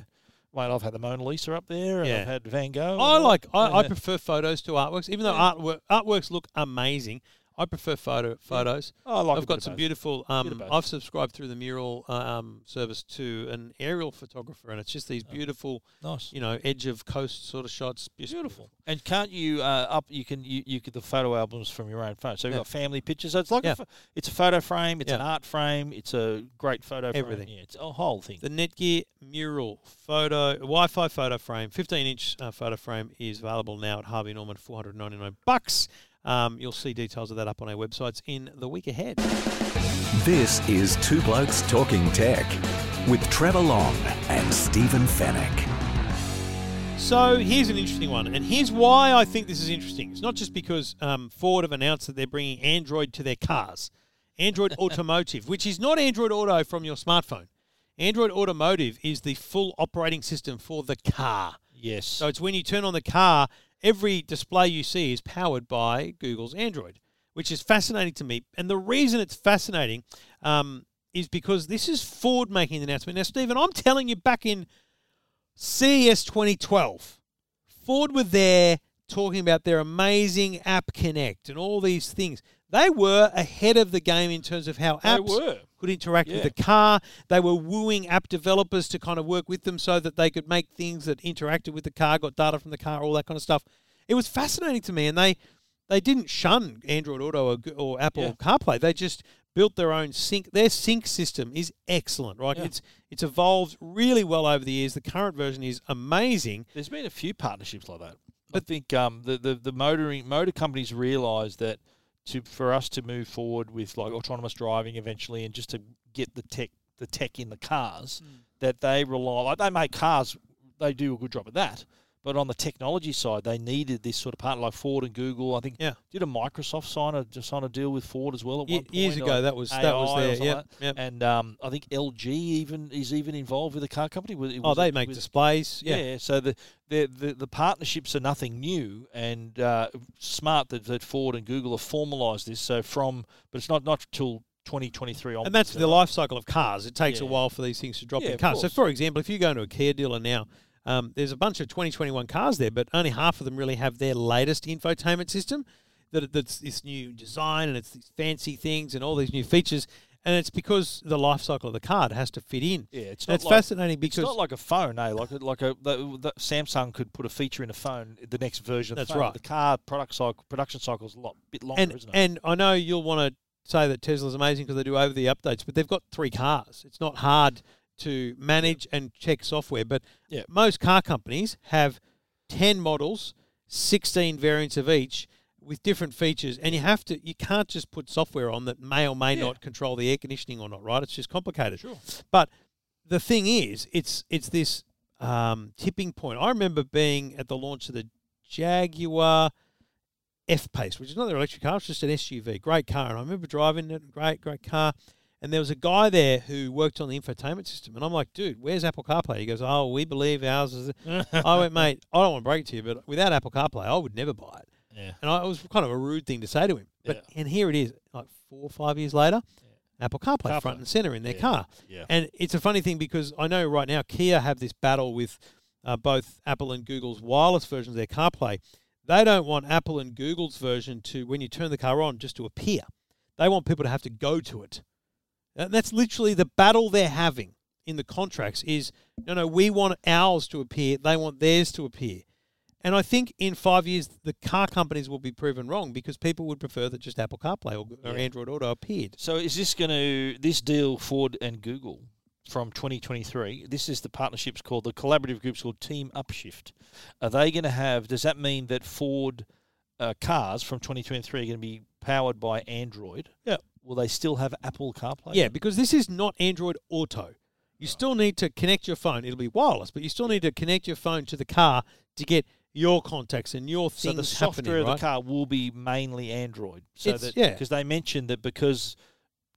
Speaker 2: Mate, I've had the Mona Lisa up there, and
Speaker 1: Yeah.
Speaker 2: I've had Van Gogh. and
Speaker 1: I
Speaker 2: all
Speaker 1: like.
Speaker 2: that.
Speaker 1: I, I
Speaker 2: [laughs] Yeah.
Speaker 1: prefer photos to artworks, even though artwork artworks look amazing. I prefer photo photos.
Speaker 2: I like.
Speaker 1: I've
Speaker 2: a bit
Speaker 1: got
Speaker 2: of
Speaker 1: some
Speaker 2: both.
Speaker 1: beautiful.
Speaker 2: of
Speaker 1: Um,
Speaker 2: both.
Speaker 1: I've subscribed through the mural um, service to an aerial photographer, and it's just these beautiful,
Speaker 2: Oh, Nice.
Speaker 1: you know, edge of coast sort of shots. Just
Speaker 2: Beautiful. And can't you uh, up? You can you, you get the photo albums from your own phone. So you've
Speaker 1: Yeah.
Speaker 2: got family pictures. So it's like
Speaker 1: Yeah.
Speaker 2: a, pho- it's a photo frame. It's an
Speaker 1: Yeah.
Speaker 2: art frame. It's a great photo.
Speaker 1: Everything.
Speaker 2: Frame. Yeah, it's a whole thing.
Speaker 1: The Netgear Mural photo Wi-Fi photo frame, 15-inch uh, photo frame is available now at Harvey Norman, 499 bucks. Um, you'll see details of that up on our websites in the week ahead.
Speaker 3: This is Two Blokes Talking Tech with Trevor Long and Stephen Fennec.
Speaker 1: So here's an interesting one, and here's why I think this is interesting. It's not just because um, Ford have announced that they're bringing Android to their cars, Android Automotive, which is not Android Auto from your smartphone. Android Automotive is the full operating system for the car.
Speaker 2: yes.
Speaker 1: So it's when you turn on the car, every display you see is powered by Google's Android, which is fascinating to me. And the reason it's fascinating um, is because this is Ford making the announcement. Now, Stephen, I'm telling you, back in CES 2012, Ford were there talking about their amazing App Connect and all these things. They were ahead of the game in terms of how
Speaker 2: They
Speaker 1: apps
Speaker 2: were.
Speaker 1: could interact
Speaker 2: Yeah.
Speaker 1: with the car. They were wooing app developers to kind of work with them so that they could make things that interacted with the car, got data from the car, all that kind of stuff. It was fascinating to me, and they they didn't shun Android Auto or, Go- or Apple
Speaker 2: Yeah.
Speaker 1: CarPlay. They just built their own sync. Their sync system is excellent, right?
Speaker 2: Yeah.
Speaker 1: It's it's evolved really well over the years. The current version is amazing.
Speaker 2: There's been a few partnerships like that. I think um, the, the the motoring motor companies realise that to for us to move forward with like autonomous driving eventually, and just to get the tech the tech in the cars,
Speaker 1: Hmm.
Speaker 2: that they rely like they make cars, they do a good job at that. But on the technology side, they needed this sort of partner like Ford and Google. I think
Speaker 1: Yeah.
Speaker 2: did a Microsoft sign a just sign a deal with Ford as well at
Speaker 1: Ye-
Speaker 2: one point
Speaker 1: years
Speaker 2: or
Speaker 1: ago,
Speaker 2: like
Speaker 1: that was- that was
Speaker 2: AI or
Speaker 1: there,
Speaker 2: something
Speaker 1: yep,
Speaker 2: like that.
Speaker 1: yep.
Speaker 2: And um, I think LG even is even involved with the car company. Was- it
Speaker 1: Oh,
Speaker 2: was-
Speaker 1: they
Speaker 2: it
Speaker 1: make
Speaker 2: was-
Speaker 1: displays.
Speaker 2: yeah.
Speaker 1: Yeah.
Speaker 2: so the, the the the partnerships are nothing new, and uh, smart that, that Ford and Google have formalised this. So from, but it's not not till 2023 on.
Speaker 1: And that's the life cycle of cars. It takes a
Speaker 2: Yeah.
Speaker 1: while for these things to drop
Speaker 2: Yeah,
Speaker 1: in
Speaker 2: of
Speaker 1: cars. So,
Speaker 2: course.
Speaker 1: for example, if you go into a Kia dealer now, um, there's a bunch of 2021 cars there, but only half of them really have their latest infotainment system. That that's this new design and it's these fancy things and all these new features, and it's because the life cycle of the car it has to fit in.
Speaker 2: Yeah, it's
Speaker 1: And
Speaker 2: not
Speaker 1: it's
Speaker 2: like-
Speaker 1: fascinating
Speaker 2: It's
Speaker 1: because
Speaker 2: not like a phone, eh? Like a- like a the, the Samsung could put a feature in a phone, the next version. of
Speaker 1: That's
Speaker 2: the phone.
Speaker 1: right.
Speaker 2: The car product cycle, production cycle is a lot bit longer,
Speaker 1: and
Speaker 2: isn't it?
Speaker 1: and I know you'll want to say that Tesla's amazing because they do over the updates, but they've got three cars. It's not hard to manage and check software. But
Speaker 2: Yeah.
Speaker 1: most car companies have 10 models, 16 variants of each with different features and you have to you can't just put software on that may or may
Speaker 2: Yeah.
Speaker 1: not control the air conditioning or not right it's just complicated but the thing is, it's it's this um, tipping point. I remember being at the launch of the Jaguar F Pace, which is not their electric car; it's just an SUV. Great car, and I remember driving it. Great, great car. And there was a guy there who worked on the infotainment system, and I'm like, dude, where's Apple CarPlay? He goes, oh, we believe ours is. I went, mate, I don't want to break it to you, but without Apple CarPlay, I would never buy it.
Speaker 2: Yeah.
Speaker 1: And I, it was kind of a rude thing to say to him. But and here it is, like four or five years later, Apple CarPlay,
Speaker 2: CarPlay.
Speaker 1: front and center in their
Speaker 2: Yeah.
Speaker 1: car.
Speaker 2: Yeah.
Speaker 1: And it's a funny thing because I know right now Kia have this battle with uh, both Apple and Google's wireless versions of their CarPlay. They don't want Apple and Google's version to, when you turn the car on, just to appear. They want people to have to go to it. And that's literally the battle they're having in the contracts is no, no, we want ours to appear. They want theirs to appear. And I think in five years, the car companies will be proven wrong because people would prefer that just Apple CarPlay or, or Android Auto appeared.
Speaker 2: So is this going to this deal Ford and Google from 2023? This is the partnerships called the collaborative groups called Team Upshift. Are they going to have? Does that mean that Ford uh, cars from 2023 are going to be powered by Android?
Speaker 1: Yeah.
Speaker 2: Will they still have Apple CarPlay?
Speaker 1: Yeah, because this is not Android Auto. You still need to connect your phone. It'll be wireless, but you still need to connect your phone to the car to get your contacts and your
Speaker 2: So
Speaker 1: things
Speaker 2: the software
Speaker 1: happening,
Speaker 2: of the
Speaker 1: right?
Speaker 2: car will be mainly Android. So
Speaker 1: It's-
Speaker 2: that
Speaker 1: yeah.
Speaker 2: because they mentioned that because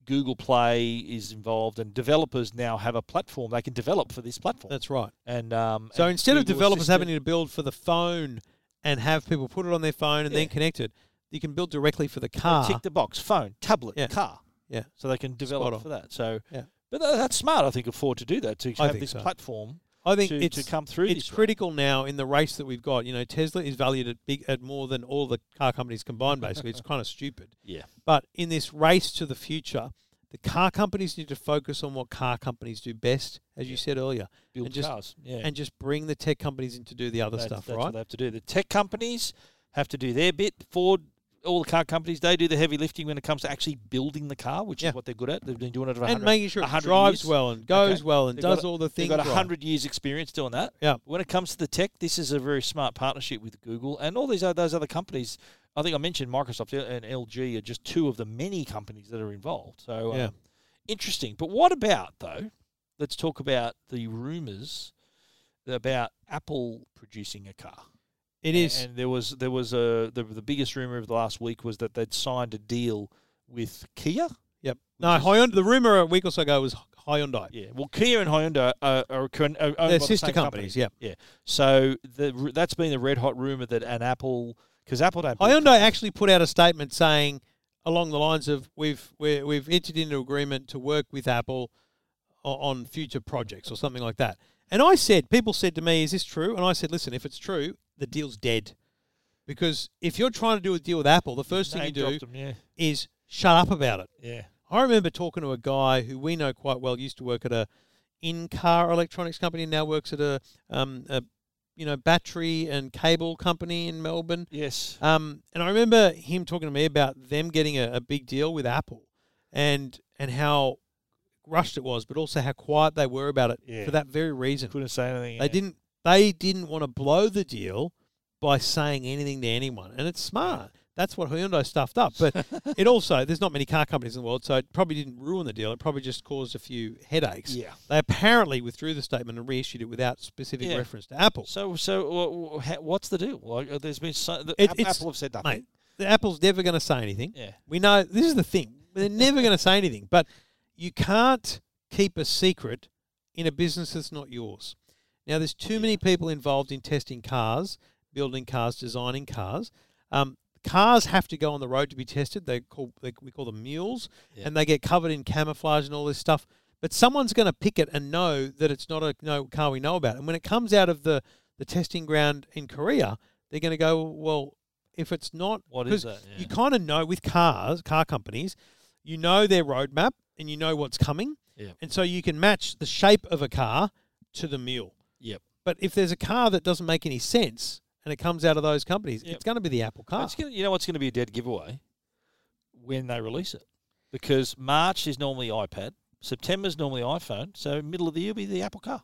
Speaker 2: Google Play is involved and developers now have a platform they can develop for this platform.
Speaker 1: That's right.
Speaker 2: and um,
Speaker 1: So
Speaker 2: and
Speaker 1: instead of
Speaker 2: Google
Speaker 1: developers
Speaker 2: Assistant-
Speaker 1: having to build for the phone and have people put it on their phone and then
Speaker 2: Yeah.
Speaker 1: connect it, you can build directly for the
Speaker 2: They
Speaker 1: car.
Speaker 2: Tick the box, phone, tablet,
Speaker 1: Ah. Yeah.
Speaker 2: car.
Speaker 1: Yeah.
Speaker 2: So they can develop
Speaker 1: on.
Speaker 2: for that. So,
Speaker 1: Yeah.
Speaker 2: but tha- that's smart, I think, of Ford to do that, to
Speaker 1: I
Speaker 2: have
Speaker 1: think
Speaker 2: this
Speaker 1: so.
Speaker 2: platform
Speaker 1: I think
Speaker 2: to,
Speaker 1: it's
Speaker 2: to come through.
Speaker 1: it's
Speaker 2: this way.
Speaker 1: critical now in the race that we've got. You know, Tesla is valued at big at more than all the car companies combined. Basically,
Speaker 2: [laughs]
Speaker 1: it's kind of stupid.
Speaker 2: Yeah.
Speaker 1: But in this race to the future, the car companies need to focus on what car companies do best, as you said earlier,
Speaker 2: Build
Speaker 1: and just
Speaker 2: cars. Yeah.
Speaker 1: and just bring the tech companies in to do the other
Speaker 2: that's,
Speaker 1: stuff,
Speaker 2: that's what
Speaker 1: right?
Speaker 2: they have to do. The tech companies have to do their bit. Ford, all the car companies, they do the heavy lifting when it comes to actually building the car, which
Speaker 1: Yeah.
Speaker 2: is what they're good at. They've been doing it for
Speaker 1: And
Speaker 2: 100
Speaker 1: making sure it
Speaker 2: 100
Speaker 1: drives
Speaker 2: years.
Speaker 1: well and goes
Speaker 2: Okay.
Speaker 1: well and
Speaker 2: They've
Speaker 1: does
Speaker 2: got a-
Speaker 1: all the
Speaker 2: They've
Speaker 1: things.
Speaker 2: got a
Speaker 1: right.
Speaker 2: hundred years experience doing that.
Speaker 1: Yeah.
Speaker 2: When it comes to the tech, this is a very smart partnership with Google and all these other, those other companies. I think I mentioned Microsoft and LG are just two of the many companies that are involved. So um,
Speaker 1: Yeah.
Speaker 2: interesting. But what about though? Let's talk about the rumors about Apple producing a car.
Speaker 1: It is.
Speaker 2: And there was there was a the, the biggest rumor of the last week was that they'd signed a deal with Kia.
Speaker 1: yep. No, Hyundai. The rumor a week or so ago was Hyundai.
Speaker 2: Yeah. Well, Kia and Hyundai are, are, con- are owned by
Speaker 1: They're
Speaker 2: the
Speaker 1: sister
Speaker 2: same company.
Speaker 1: companies. Yep.
Speaker 2: Yeah. So the, r- that's been the red hot rumor that an Apple, because Apple don't. build
Speaker 1: Hyundai actually put out a statement saying, along the lines of, "We've we're, we've entered into agreement to work with Apple o- on future projects or something like that." And I said, people said to me, "Is this true?" And I said, "Listen, if it's true, the deal's dead, because if you're trying to do a deal with Apple, the first thing you
Speaker 2: name
Speaker 1: do
Speaker 2: dropped them, yeah.
Speaker 1: is shut up about it."
Speaker 2: Yeah.
Speaker 1: I remember talking to a guy who we know quite well used to work at a in-car electronics company, now works at a um a you know battery and cable company in Melbourne.
Speaker 2: Yes.
Speaker 1: Um, and I remember him talking to me about them getting a, a big deal with Apple, and and how rushed it was, but also how quiet they were about it
Speaker 2: Yeah.
Speaker 1: for that very reason.
Speaker 2: Couldn't say anything.
Speaker 1: They didn't they didn't want to blow the deal by saying anything to anyone, and it's smart. That's what Hyundai stuffed up.
Speaker 2: [laughs]
Speaker 1: But it also there's not many car companies in the world, so it probably didn't ruin the deal. It probably just caused a few headaches.
Speaker 2: Yeah.
Speaker 1: They apparently withdrew the statement and reissued it without specific
Speaker 2: Yeah.
Speaker 1: reference to Apple.
Speaker 2: So so wha- wha- ha- what's the deal? Like uh, there's been so, the,
Speaker 1: It-
Speaker 2: Ap-
Speaker 1: it's-
Speaker 2: Apple have said nothing.
Speaker 1: Mate, the Apple's never going to say anything.
Speaker 2: Yeah.
Speaker 1: We know this is the thing. They're never going to say anything, but you can't keep a secret in a business that's not yours. Now, there's too many people involved in testing cars, building cars, designing cars. Um, cars have to go on the road to be tested. They call they, we call them mules,
Speaker 2: Yeah.
Speaker 1: and they get covered in camouflage and all this stuff. But someone's going to pick it and know that it's not a no car we know about. And when it comes out of the the testing ground in Korea, they're going to go well. If it's not,
Speaker 2: What
Speaker 1: 'cause
Speaker 2: is that? Yeah.
Speaker 1: You kind of know with cars, car companies, you know their roadmap and you know what's coming,
Speaker 2: Yeah.
Speaker 1: and so you can match the shape of a car to the mule.
Speaker 2: Yep.
Speaker 1: But if there's a car that doesn't make any sense and it comes out of those companies,
Speaker 2: Yep.
Speaker 1: it's going to be the Apple car.
Speaker 2: It's gonna, you know what's going to be a dead giveaway when they release it because March is normally iPad. September's normally iPhone, so middle of the year will be the Apple car.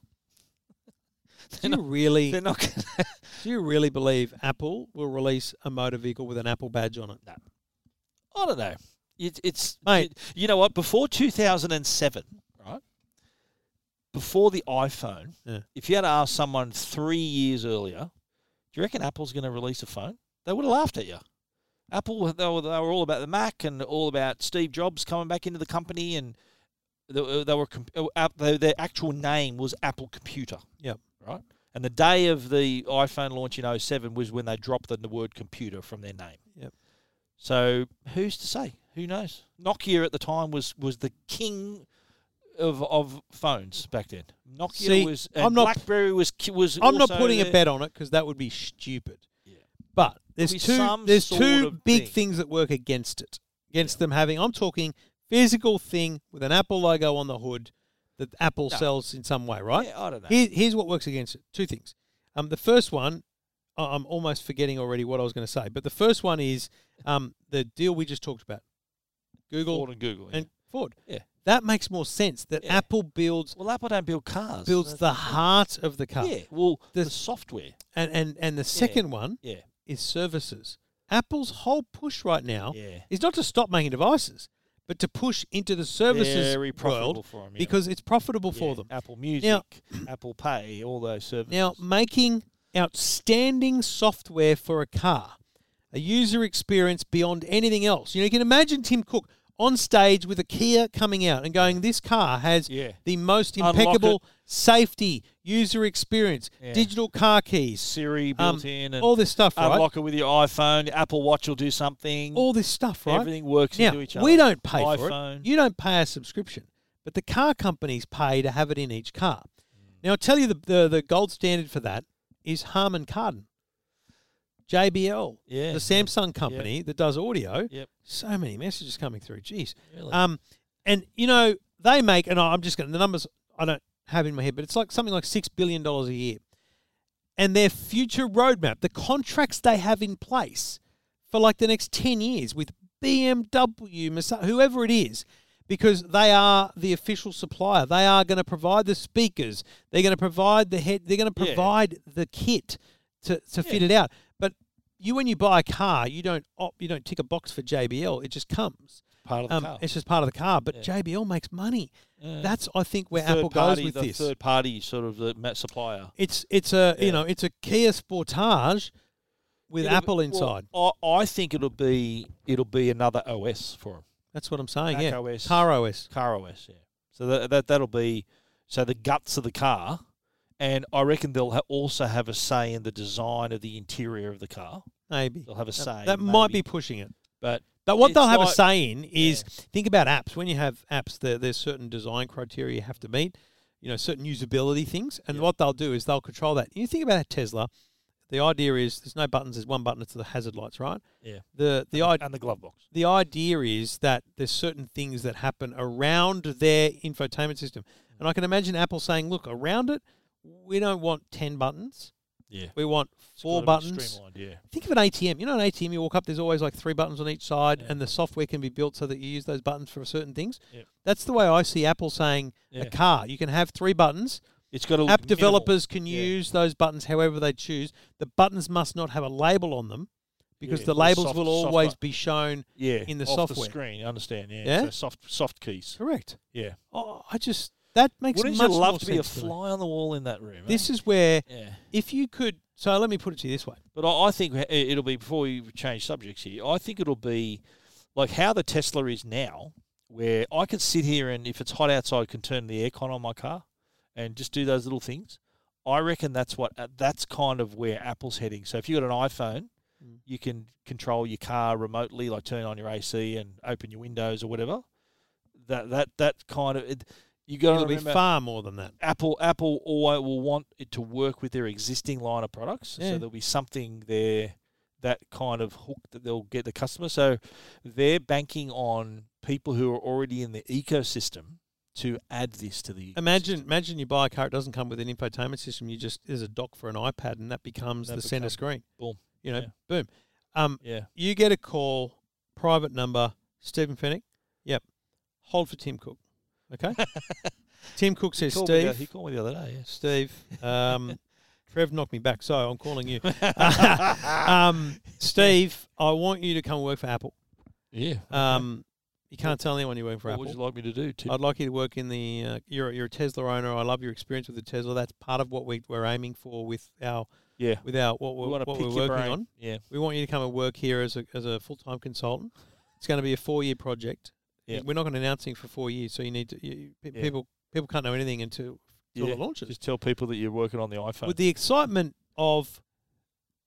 Speaker 1: Do
Speaker 2: [laughs]
Speaker 1: you
Speaker 2: They're
Speaker 1: really,
Speaker 2: not going to.
Speaker 1: do you really believe Apple will release a motor vehicle with an Apple badge on it?
Speaker 2: I don't know. It, it's
Speaker 1: Mate.
Speaker 2: it- you know what? Before two thousand and seven, right? Before the iPhone,
Speaker 1: Yeah.
Speaker 2: if you had asked someone three years earlier, do you reckon Apple's going to release a phone? They would have laughed at you. Apple, they were, they were all about the Mac and all about Steve Jobs coming back into the company, and they, were- they were comp- uh, app- their their actual name was Apple Computer.
Speaker 1: Yep.
Speaker 2: Right. And the day of the iPhone launch in 07 was when they dropped the, the word computer from their name.
Speaker 1: Yep.
Speaker 2: So who's to say? Who knows? Nokia at the time was was the king of of phones back then. Nokia
Speaker 1: See,
Speaker 2: was and
Speaker 1: I'm not-
Speaker 2: BlackBerry was ki- was.
Speaker 1: I'm not
Speaker 2: also
Speaker 1: putting a
Speaker 2: there.
Speaker 1: bet on it because that would be stupid.
Speaker 2: Yeah.
Speaker 1: But there's
Speaker 2: be
Speaker 1: two
Speaker 2: some
Speaker 1: there's
Speaker 2: sort
Speaker 1: two
Speaker 2: of
Speaker 1: big
Speaker 2: thing.
Speaker 1: things that work against it. Against them having I'm talking physical thing with an Apple logo on the hood that Apple
Speaker 2: No.
Speaker 1: sells in some way, right?
Speaker 2: Yeah, I don't know.
Speaker 1: Here, here's what works against it. Two things. Um, the first one, I- I'm almost forgetting already what I was going to say, but the first one is um, the deal we just talked about, Google
Speaker 2: Ford and Google. yeah.
Speaker 1: and Ford.
Speaker 2: yeah.
Speaker 1: That makes more sense. That
Speaker 2: Yeah.
Speaker 1: Apple builds
Speaker 2: Well, Apple don't build cars.
Speaker 1: builds
Speaker 2: That's-
Speaker 1: the heart of the car,
Speaker 2: Yeah. Well,
Speaker 1: The-
Speaker 2: the, software.
Speaker 1: and and and the second one
Speaker 2: Yeah.
Speaker 1: is services. Apple's whole push right now
Speaker 2: Yeah.
Speaker 1: is not to stop making devices, but to push into the services
Speaker 2: Very profitable
Speaker 1: world
Speaker 2: for 'em, yeah.
Speaker 1: because it's profitable
Speaker 2: Yeah,
Speaker 1: for them.
Speaker 2: Apple Music,
Speaker 1: [clears throat]
Speaker 2: Apple Pay, all those services.
Speaker 1: Now, making outstanding software for a car, a user experience beyond anything else. You know, you can imagine Tim Cook on stage with a Kia coming out and going, This car has
Speaker 2: Yeah.
Speaker 1: the most
Speaker 2: Unlock it.
Speaker 1: impeccable safety, user experience,
Speaker 2: Yeah.
Speaker 1: digital car keys,
Speaker 2: Siri
Speaker 1: um,
Speaker 2: built in, and
Speaker 1: all this stuff, right?
Speaker 2: unlock it with your iPhone. Apple Watch will do something.
Speaker 1: all this stuff, right?
Speaker 2: Everything works
Speaker 1: Now,
Speaker 2: into each other.
Speaker 1: we don't pay for
Speaker 2: iPhone.
Speaker 1: it. You don't pay a subscription, but the car companies pay to have it in each car.
Speaker 2: Mm.
Speaker 1: Now, I'll tell you the, the, the gold standard for that is Harman Kardon, JBL,
Speaker 2: Yeah,
Speaker 1: the
Speaker 2: yeah,
Speaker 1: Samsung company that does audio.
Speaker 2: Yep.
Speaker 1: So many messages coming through. Jeez.
Speaker 2: Really?
Speaker 1: Um, and, you know, they make, and I- I'm just going to, the numbers I don't have in my head, but it's like something like $6 billion a year. And their future roadmap, the contracts they have in place, for like the next 10 years with BMW, Mercedes, whoever it is, because they are the official supplier. They are going to provide the speakers. They're going to provide the head. They're going to
Speaker 2: Yeah.
Speaker 1: provide the kit to, to fit it out. But you, when you buy a car, you don't opt, you don't tick a box for JBL. It just comes.
Speaker 2: part of the
Speaker 1: Um,
Speaker 2: car.
Speaker 1: it's just part of the car. But JBL makes money. That's I think where Apple goes
Speaker 2: party,
Speaker 1: with
Speaker 2: the
Speaker 1: this.
Speaker 2: Third party, sort of the ma- supplier.
Speaker 1: It's it's a you
Speaker 2: Yeah.
Speaker 1: know it's a Kia Sportage with
Speaker 2: It'll be-
Speaker 1: Apple
Speaker 2: well,
Speaker 1: inside.
Speaker 2: I, I think it'll be it'll be another OS for 'em.
Speaker 1: That's what I'm saying.
Speaker 2: Mac
Speaker 1: Yeah,
Speaker 2: OS.
Speaker 1: car OS.
Speaker 2: car OS. Yeah. So that, that that'll be so the guts of the car, and I reckon they'll ha- also have a say in the design of the interior of the car.
Speaker 1: Maybe
Speaker 2: They'll have a say.
Speaker 1: That, that might be
Speaker 2: maybe.
Speaker 1: pushing it.
Speaker 2: but
Speaker 1: But what they'll
Speaker 2: It's
Speaker 1: have a
Speaker 2: like-
Speaker 1: say in is think about apps. When you have apps, there, there's certain design criteria you have to meet, you know, certain usability things. And what they'll do is they'll control that. You think about a Tesla. The idea is there's no buttons. There's one button. It's the hazard lights, right?
Speaker 2: yeah,
Speaker 1: The the idea
Speaker 2: and the glove box.
Speaker 1: the idea is that there's certain things that happen around their infotainment system. And I can imagine Apple saying, look, around it, we don't want 10 buttons.
Speaker 2: Yeah,
Speaker 1: We want
Speaker 2: It's
Speaker 1: four
Speaker 2: gotta be
Speaker 1: buttons.
Speaker 2: Streamlined. Yeah,
Speaker 1: Think of an ATM. You know, an ATM, you walk up, there's always like three buttons on each side, and the software can be built so that you use those buttons for certain things.
Speaker 2: Yep.
Speaker 1: That's the way I see Apple saying
Speaker 2: Yeah.
Speaker 1: a car. You can have three buttons.
Speaker 2: it's got to
Speaker 1: App developers can
Speaker 2: Yeah.
Speaker 1: use those buttons however they choose. The buttons must not have a label on them because
Speaker 2: Yeah,
Speaker 1: the
Speaker 2: the
Speaker 1: labels
Speaker 2: soft-
Speaker 1: will
Speaker 2: soft
Speaker 1: always
Speaker 2: button.
Speaker 1: be shown.
Speaker 2: yeah
Speaker 1: in the
Speaker 2: off
Speaker 1: software.
Speaker 2: the screen. I understand. Yeah,
Speaker 1: Yeah?
Speaker 2: So soft soft keys.
Speaker 1: Correct.
Speaker 2: Yeah,
Speaker 1: Oh, I just that makes
Speaker 2: wouldn't you
Speaker 1: much more
Speaker 2: love to be a
Speaker 1: sense me.
Speaker 2: fly on the wall in that room? eh?
Speaker 1: This is where
Speaker 2: yeah.
Speaker 1: if you could. So let me put it to you this way.
Speaker 2: But I, I think it- it'll be before we change subjects here. I think it'll be like how the Tesla is now, where I can sit here and if it's hot outside, can turn the aircon on my car and just do those little things. I reckon that's what uh, that's kind of where Apple's heading. So if you got an iPhone, you can control your car remotely, like turn on your AC and open your windows or whatever. That that that kind of it, you got to
Speaker 1: It'll be
Speaker 2: remember.
Speaker 1: far more than that.
Speaker 2: Apple Apple always will want it to work with their existing line of products.
Speaker 1: Yeah.
Speaker 2: So there'll be something there that kind of hook that they'll get the customer. So they're banking on people who are already in the ecosystem to add this to the
Speaker 1: Imagine, imagine you buy a car. It doesn't come with an infotainment system. You just there's a dock for an iPad, and that becomes
Speaker 2: That
Speaker 1: the center
Speaker 2: becomes-
Speaker 1: screen.
Speaker 2: boom.
Speaker 1: You know,
Speaker 2: Yeah.
Speaker 1: boom. Um,
Speaker 2: Yeah.
Speaker 1: you get a call, private number, Stephen Fennick. Yep. Hold for Tim Cook.
Speaker 2: [laughs]
Speaker 1: Okay. Tim Cook says,
Speaker 2: called me the- he
Speaker 1: Steve,
Speaker 2: called me the other day. [laughs] yeah.
Speaker 1: [laughs] Steve,
Speaker 2: [laughs]
Speaker 1: um, Trev knocked me back, so I'm calling you.
Speaker 2: Ah. [laughs]
Speaker 1: um, Steve, I want you to come work for Apple.
Speaker 2: Yeah.
Speaker 1: Um, you can't tell anyone you work for
Speaker 2: what
Speaker 1: Apple.
Speaker 2: would you like me to do? Tim?
Speaker 1: I'd like you to work in the. Uh, you're you're a Tesla owner. I love your experience with the Tesla. That's part of what we we're aiming for with our
Speaker 2: yeah.
Speaker 1: with our what
Speaker 2: We
Speaker 1: we're,
Speaker 2: want to
Speaker 1: what
Speaker 2: pick
Speaker 1: we're
Speaker 2: your
Speaker 1: working
Speaker 2: brain.
Speaker 1: on.
Speaker 2: Yeah.
Speaker 1: We want you to come and work here as a as a full time consultant. It's going to be a four year project.
Speaker 2: Yeah.
Speaker 1: We're not going to announce it for four years, so you need to. You, you- pe-
Speaker 2: Yeah.
Speaker 1: People people can't know anything until until
Speaker 2: yeah.
Speaker 1: it launches.
Speaker 2: Just tell people that you're working on the iPhone.
Speaker 1: with the excitement of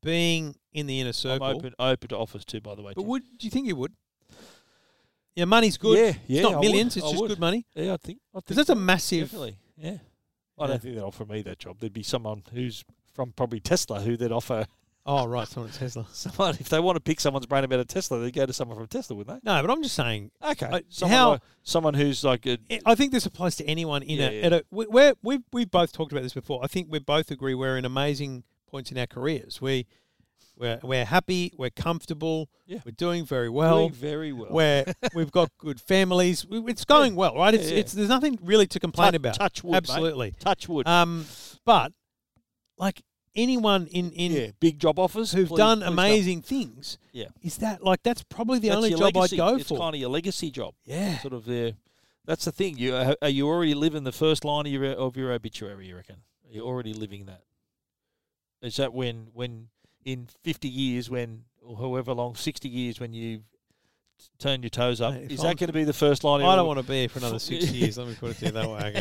Speaker 1: being in the inner
Speaker 2: I'm
Speaker 1: circle.
Speaker 2: open, open to offers too, by the way.
Speaker 1: But
Speaker 2: Tim.
Speaker 1: would do you think you would? Yeah, money's good.
Speaker 2: Yeah,
Speaker 1: it's
Speaker 2: yeah,
Speaker 1: not
Speaker 2: I would,
Speaker 1: millions. It's
Speaker 2: I
Speaker 1: just
Speaker 2: would.
Speaker 1: good money
Speaker 2: yeah, I think. I
Speaker 1: because
Speaker 2: think
Speaker 1: that's a massive.
Speaker 2: Definitely. Yeah. I
Speaker 1: Yeah.
Speaker 2: don't think they'd offer me that job. There'd be someone who's from probably Tesla who they'd offer [laughs]
Speaker 1: Oh right, someone at Tesla.
Speaker 2: someone if they want to pick someone's brain about a Tesla, they'd go to someone from Tesla, wouldn't
Speaker 1: No, but I'm just saying.
Speaker 2: they? Okay.
Speaker 1: I-
Speaker 2: someone
Speaker 1: how-
Speaker 2: like- someone who's like a,
Speaker 1: I- I think this applies to anyone in
Speaker 2: Yeah,
Speaker 1: a.
Speaker 2: yeah.
Speaker 1: At a we- we're, we've we've both talked about this before. I think we both agree we're in amazing points in our careers. We we're we're happy. We're comfortable.
Speaker 2: Yeah.
Speaker 1: We're doing very
Speaker 2: doing
Speaker 1: well.
Speaker 2: very well.
Speaker 1: Where
Speaker 2: [laughs]
Speaker 1: we've got good families. We- It's going well, right? It's,
Speaker 2: Yeah, yeah.
Speaker 1: it's there's nothing really to complain
Speaker 2: Touch-
Speaker 1: about.
Speaker 2: touch wood, mate.
Speaker 1: Absolutely.
Speaker 2: Touch wood.
Speaker 1: Um, but like anyone in in
Speaker 2: yeah, big job offers
Speaker 1: who've
Speaker 2: please-
Speaker 1: done
Speaker 2: please don't.
Speaker 1: amazing things,
Speaker 2: Yeah.
Speaker 1: is that like that's probably the
Speaker 2: That's
Speaker 1: only
Speaker 2: your
Speaker 1: job
Speaker 2: legacy.
Speaker 1: I'd go
Speaker 2: it's
Speaker 1: for.
Speaker 2: kind of your legacy job.
Speaker 1: yeah,
Speaker 2: Sort of the. That's the thing. You uh, are are you already living the first line of your of your obituary. You reckon you're already living that. Is that when when in fifty years when or however long sixty years when you t- turn your toes up
Speaker 1: Mate, if
Speaker 2: is
Speaker 1: I'm-
Speaker 2: that going to be the first line? of
Speaker 1: I
Speaker 2: your-
Speaker 1: don't want to be here for another
Speaker 2: [laughs]
Speaker 1: six years. Let me put it to you that way.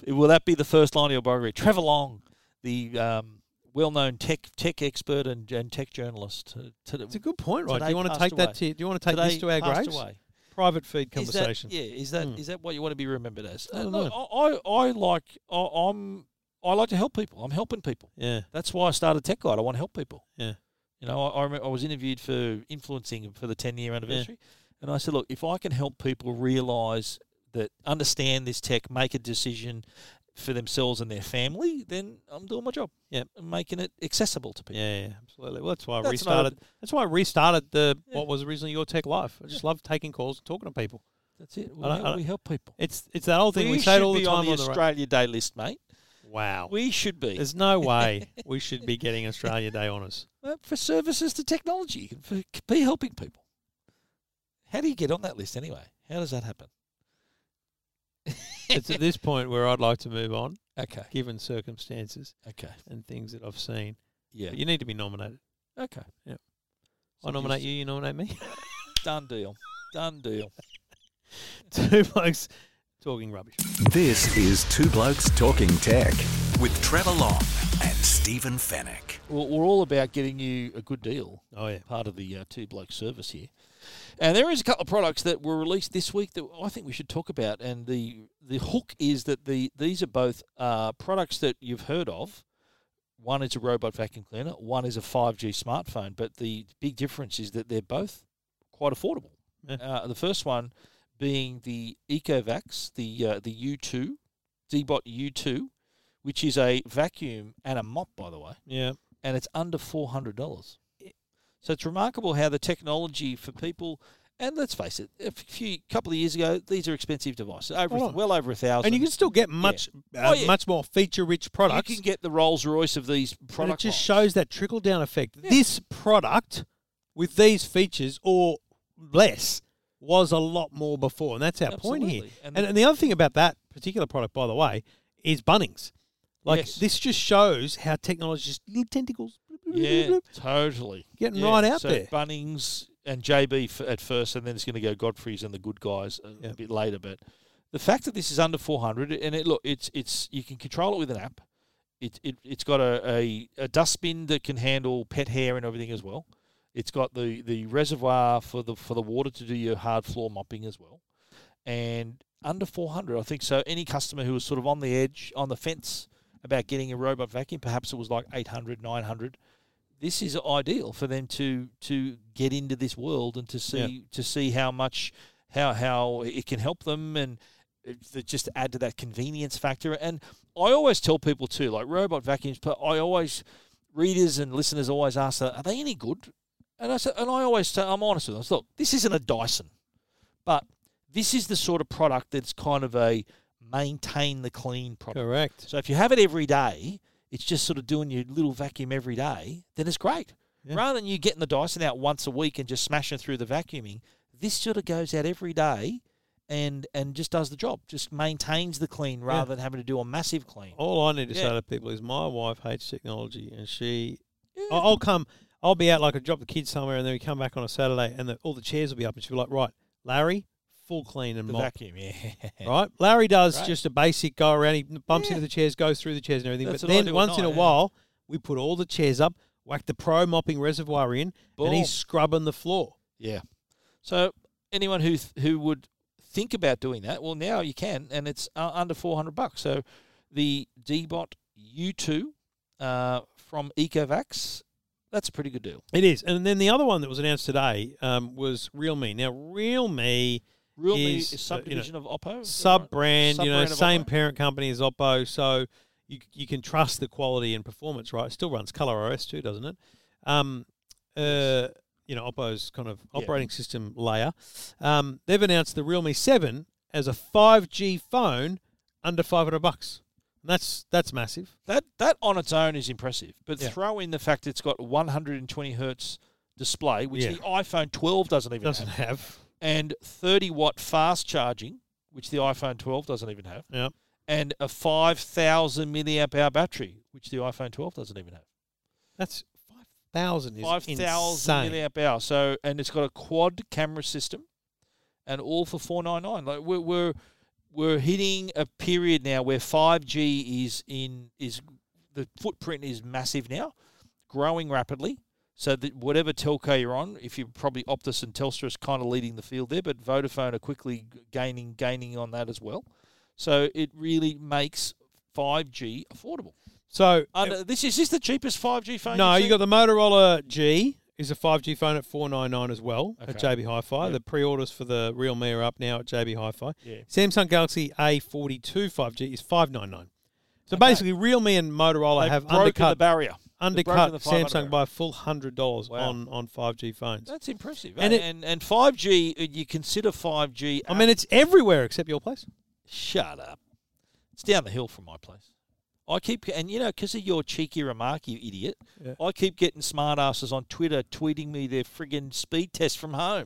Speaker 1: Okay.
Speaker 2: Will that be the first line of your biography? Trevor Long, the um, well-known tech tech expert and, and tech journalist. uh, To,
Speaker 1: It's a good point, right? do
Speaker 2: Today
Speaker 1: you want to
Speaker 2: passed
Speaker 1: take that
Speaker 2: away.
Speaker 1: to? Do you want to take this
Speaker 2: today
Speaker 1: to our
Speaker 2: passed
Speaker 1: graves?
Speaker 2: away.
Speaker 1: Private feed
Speaker 2: Is that-
Speaker 1: conversation.
Speaker 2: yeah, is that is
Speaker 1: Hmm.
Speaker 2: that what you want to be remembered as? Uh,
Speaker 1: I don't
Speaker 2: look, I, I I like I, I'm I like to help people. I'm helping people.
Speaker 1: yeah,
Speaker 2: That's why I started Tech Guide. I want to help people.
Speaker 1: Yeah.
Speaker 2: You know, I I, remember I was interviewed for influencing for the 10 year anniversary, and I said, look, if I can help people realize that understand this tech, make a decision for themselves and their family, then I'm doing my job.
Speaker 1: Yeah.
Speaker 2: I'm making it accessible to people.
Speaker 1: yeah, yeah, absolutely. Well, that's why I
Speaker 2: That's another-
Speaker 1: restarted. That's why I restarted the
Speaker 2: Yeah.
Speaker 1: what was originally your tech life. I just love taking calls and talking to people.
Speaker 2: That's it. We,
Speaker 1: I don't-
Speaker 2: help,
Speaker 1: I don't-
Speaker 2: we help people.
Speaker 1: It's it's that old thing we,
Speaker 2: We
Speaker 1: say it
Speaker 2: should
Speaker 1: all the
Speaker 2: be
Speaker 1: time
Speaker 2: on the
Speaker 1: ra-
Speaker 2: Australia Day list, mate.
Speaker 1: Wow,
Speaker 2: We should be.
Speaker 1: there's no way we should be getting Australia Day honours.
Speaker 2: Uh, for services to technology, for c- be helping people. How do you get on that list anyway? How does that happen?
Speaker 1: it's at this point where I'd like to move on,
Speaker 2: Okay,
Speaker 1: given circumstances
Speaker 2: okay,
Speaker 1: and things that I've seen.
Speaker 2: yeah,
Speaker 1: But you need to be nominated.
Speaker 2: okay.
Speaker 1: Yeah.
Speaker 2: So
Speaker 1: I nominate
Speaker 2: just-
Speaker 1: you, you nominate me. [laughs]
Speaker 2: Done deal. Done deal.
Speaker 1: Two blokes talking rubbish.
Speaker 3: This is Two Blokes Talking Tech with Trevor Long and Stephen Fennec.
Speaker 2: We're, we're all about getting you a good deal.
Speaker 1: Oh, yeah.
Speaker 2: Part of the uh, two bloke service here, and there is a couple of products that were released this week that I think we should talk about. And the the hook is that the these are both uh, products that you've heard of. One is a robot vacuum cleaner. One is a five G smartphone. But the big difference is that they're both quite affordable.
Speaker 1: Yeah.
Speaker 2: Uh, the first one being the Ecovax, the uh, the U two, Dbot U two, which is a vacuum and a mop, by the way
Speaker 1: Yeah.
Speaker 2: and it's under four hundred dollars. So it's remarkable how the technology for people, and let's face it, a few couple of years ago, these are expensive devices, over
Speaker 1: Oh.
Speaker 2: well over a thousand.
Speaker 1: And you can still get much
Speaker 2: Oh,
Speaker 1: uh,
Speaker 2: yeah.
Speaker 1: much more feature rich products.
Speaker 2: You can get the Rolls Royce of these
Speaker 1: and
Speaker 2: products.
Speaker 1: it just shows that trickle down effect. This product with these features or less was a lot more before. And that's our point here.
Speaker 2: Absolutely.
Speaker 1: And,
Speaker 2: And
Speaker 1: and,
Speaker 2: the-
Speaker 1: the other thing about that particular product, by the way, is Bunnings. Like
Speaker 2: Yes.
Speaker 1: this just shows how technology just little tentacles [laughs]
Speaker 2: yeah, totally
Speaker 1: Getting
Speaker 2: Yeah,
Speaker 1: right out
Speaker 2: so
Speaker 1: there.
Speaker 2: Bunnings and JB f- at first, and then it's going to go Godfrey's and the good guys a,
Speaker 1: Yeah.
Speaker 2: a bit later. But the fact that this is under four hundred, and it look, it's it's you can control it with an app. It, it, it's got a, a, a dustbin that can handle pet hair and everything as well. It's got the, the reservoir for the for the water to do your hard floor mopping as well. And under 400, I think so. Any customer who was sort of on the edge, on the fence about getting a robot vacuum, perhaps it was like 800, 900. This is ideal for them to to get into this world and to see to see how much how how it can help them and it- that just to add to that convenience factor. And I always tell people too, like robot vacuums, but I always readers and listeners always ask, are they any good? And I said, and I always say, I'm honest with them. I said, Look, this isn't a Dyson, but This is the sort of product that's kind of a maintain the clean product.
Speaker 1: Correct.
Speaker 2: So if you have it every day, it's just sort of doing your little vacuum every day, then it's great.
Speaker 1: Yeah.
Speaker 2: Rather than you getting the Dyson out once a week and just smashing through the vacuuming, this sort of goes out every day and and just does the job, just maintains the clean rather than having to do a massive clean.
Speaker 1: All I need to say
Speaker 2: Yeah.
Speaker 1: to people is my wife hates technology, and she,
Speaker 2: Yeah.
Speaker 1: I- I'll come, I'll be out like I drop the kids somewhere, and then we come back on a Saturday, and the, all the chairs will be up, and she'll be like, right, Larry, full clean and
Speaker 2: the
Speaker 1: mop.
Speaker 2: vacuum, yeah.
Speaker 1: Right, Larry does
Speaker 2: Right.
Speaker 1: just a basic go around. He bumps
Speaker 2: Yeah.
Speaker 1: into the chairs, goes through the chairs and everything.
Speaker 2: That's
Speaker 1: but
Speaker 2: what I do
Speaker 1: then
Speaker 2: at
Speaker 1: once in a
Speaker 2: night, yeah.
Speaker 1: while, we put all the chairs up, whack the pro mopping reservoir in,
Speaker 2: [laughs]
Speaker 1: and
Speaker 2: Boom.
Speaker 1: he's scrubbing the floor.
Speaker 2: Yeah. So anyone who th- who would think about doing that, well, now you can, and it's uh, under four hundred bucks. So the Dbot U two uh, from Ecovacs, that's a pretty good deal.
Speaker 1: It is, and then the other one that was announced today um, was Realme. Now, Realme
Speaker 2: Real
Speaker 1: Is,
Speaker 2: is,
Speaker 1: uh,
Speaker 2: is subdivision of Oppo, is that
Speaker 1: sub
Speaker 2: right?
Speaker 1: brand, you know,
Speaker 2: Sub-brand of
Speaker 1: same
Speaker 2: Oppo.
Speaker 1: parent company as Oppo, so you you can trust the quality and performance, right? It still runs Color OS too, doesn't it? Um, uh, you know, Oppo's kind of
Speaker 2: Yeah.
Speaker 1: operating system layer. Um, they've announced the Realme Seven as a five G phone under five hundred bucks. And That's that's massive.
Speaker 2: That that on its own is impressive, but
Speaker 1: Yeah.
Speaker 2: throw in the fact it's got one hundred and twenty hertz display, which
Speaker 1: Yeah.
Speaker 2: the iPhone twelve doesn't even
Speaker 1: Doesn't
Speaker 2: have,
Speaker 1: have.
Speaker 2: and thirty watt fast charging, which the iPhone twelve doesn't even have.
Speaker 1: Yeah.
Speaker 2: and a 5,000 milliamp hour battery, which the iPhone 12 doesn't even have.
Speaker 1: That's five thousand is
Speaker 2: 5,000
Speaker 1: insane.
Speaker 2: milliamp hour. So, and it's got a quad camera system, and all for 499. Like we're we're we're hitting a period now where 5G is in is the footprint is massive now, growing rapidly. So that whatever telco you're on, if you're probably Optus and Telstra is kind of leading the field there, but Vodafone are quickly gaining gaining on that as well. So it really makes 5G affordable.
Speaker 1: So
Speaker 2: Under, this is this the cheapest 5G phone?
Speaker 1: No,
Speaker 2: you've
Speaker 1: you got
Speaker 2: seen?
Speaker 1: the Motorola G is a 5G phone at 499 as well at
Speaker 2: Okay.
Speaker 1: JB Hi-Fi. The pre-orders for the Realme are up now at JB Hi-Fi.
Speaker 2: Yeah.
Speaker 1: Samsung Galaxy A42 5G is 599. So basically, Realme and Motorola
Speaker 2: They've
Speaker 1: have
Speaker 2: broken the
Speaker 1: undercut
Speaker 2: barrier.
Speaker 1: undercut
Speaker 2: the 500
Speaker 1: Samsung
Speaker 2: barrier.
Speaker 1: by a full hundred dollars
Speaker 2: Wow.
Speaker 1: on on 5G phones.
Speaker 2: That's impressive.
Speaker 1: And
Speaker 2: And
Speaker 1: it-
Speaker 2: and, and 5G, uh, you consider 5G.
Speaker 1: I mean, it's everywhere except your place.
Speaker 2: shut up. It's down the hill from my place. I keep and you know because of your cheeky remark, you idiot.
Speaker 1: Yeah.
Speaker 2: I keep getting smart asses on Twitter tweeting me their friggin' speed test from home,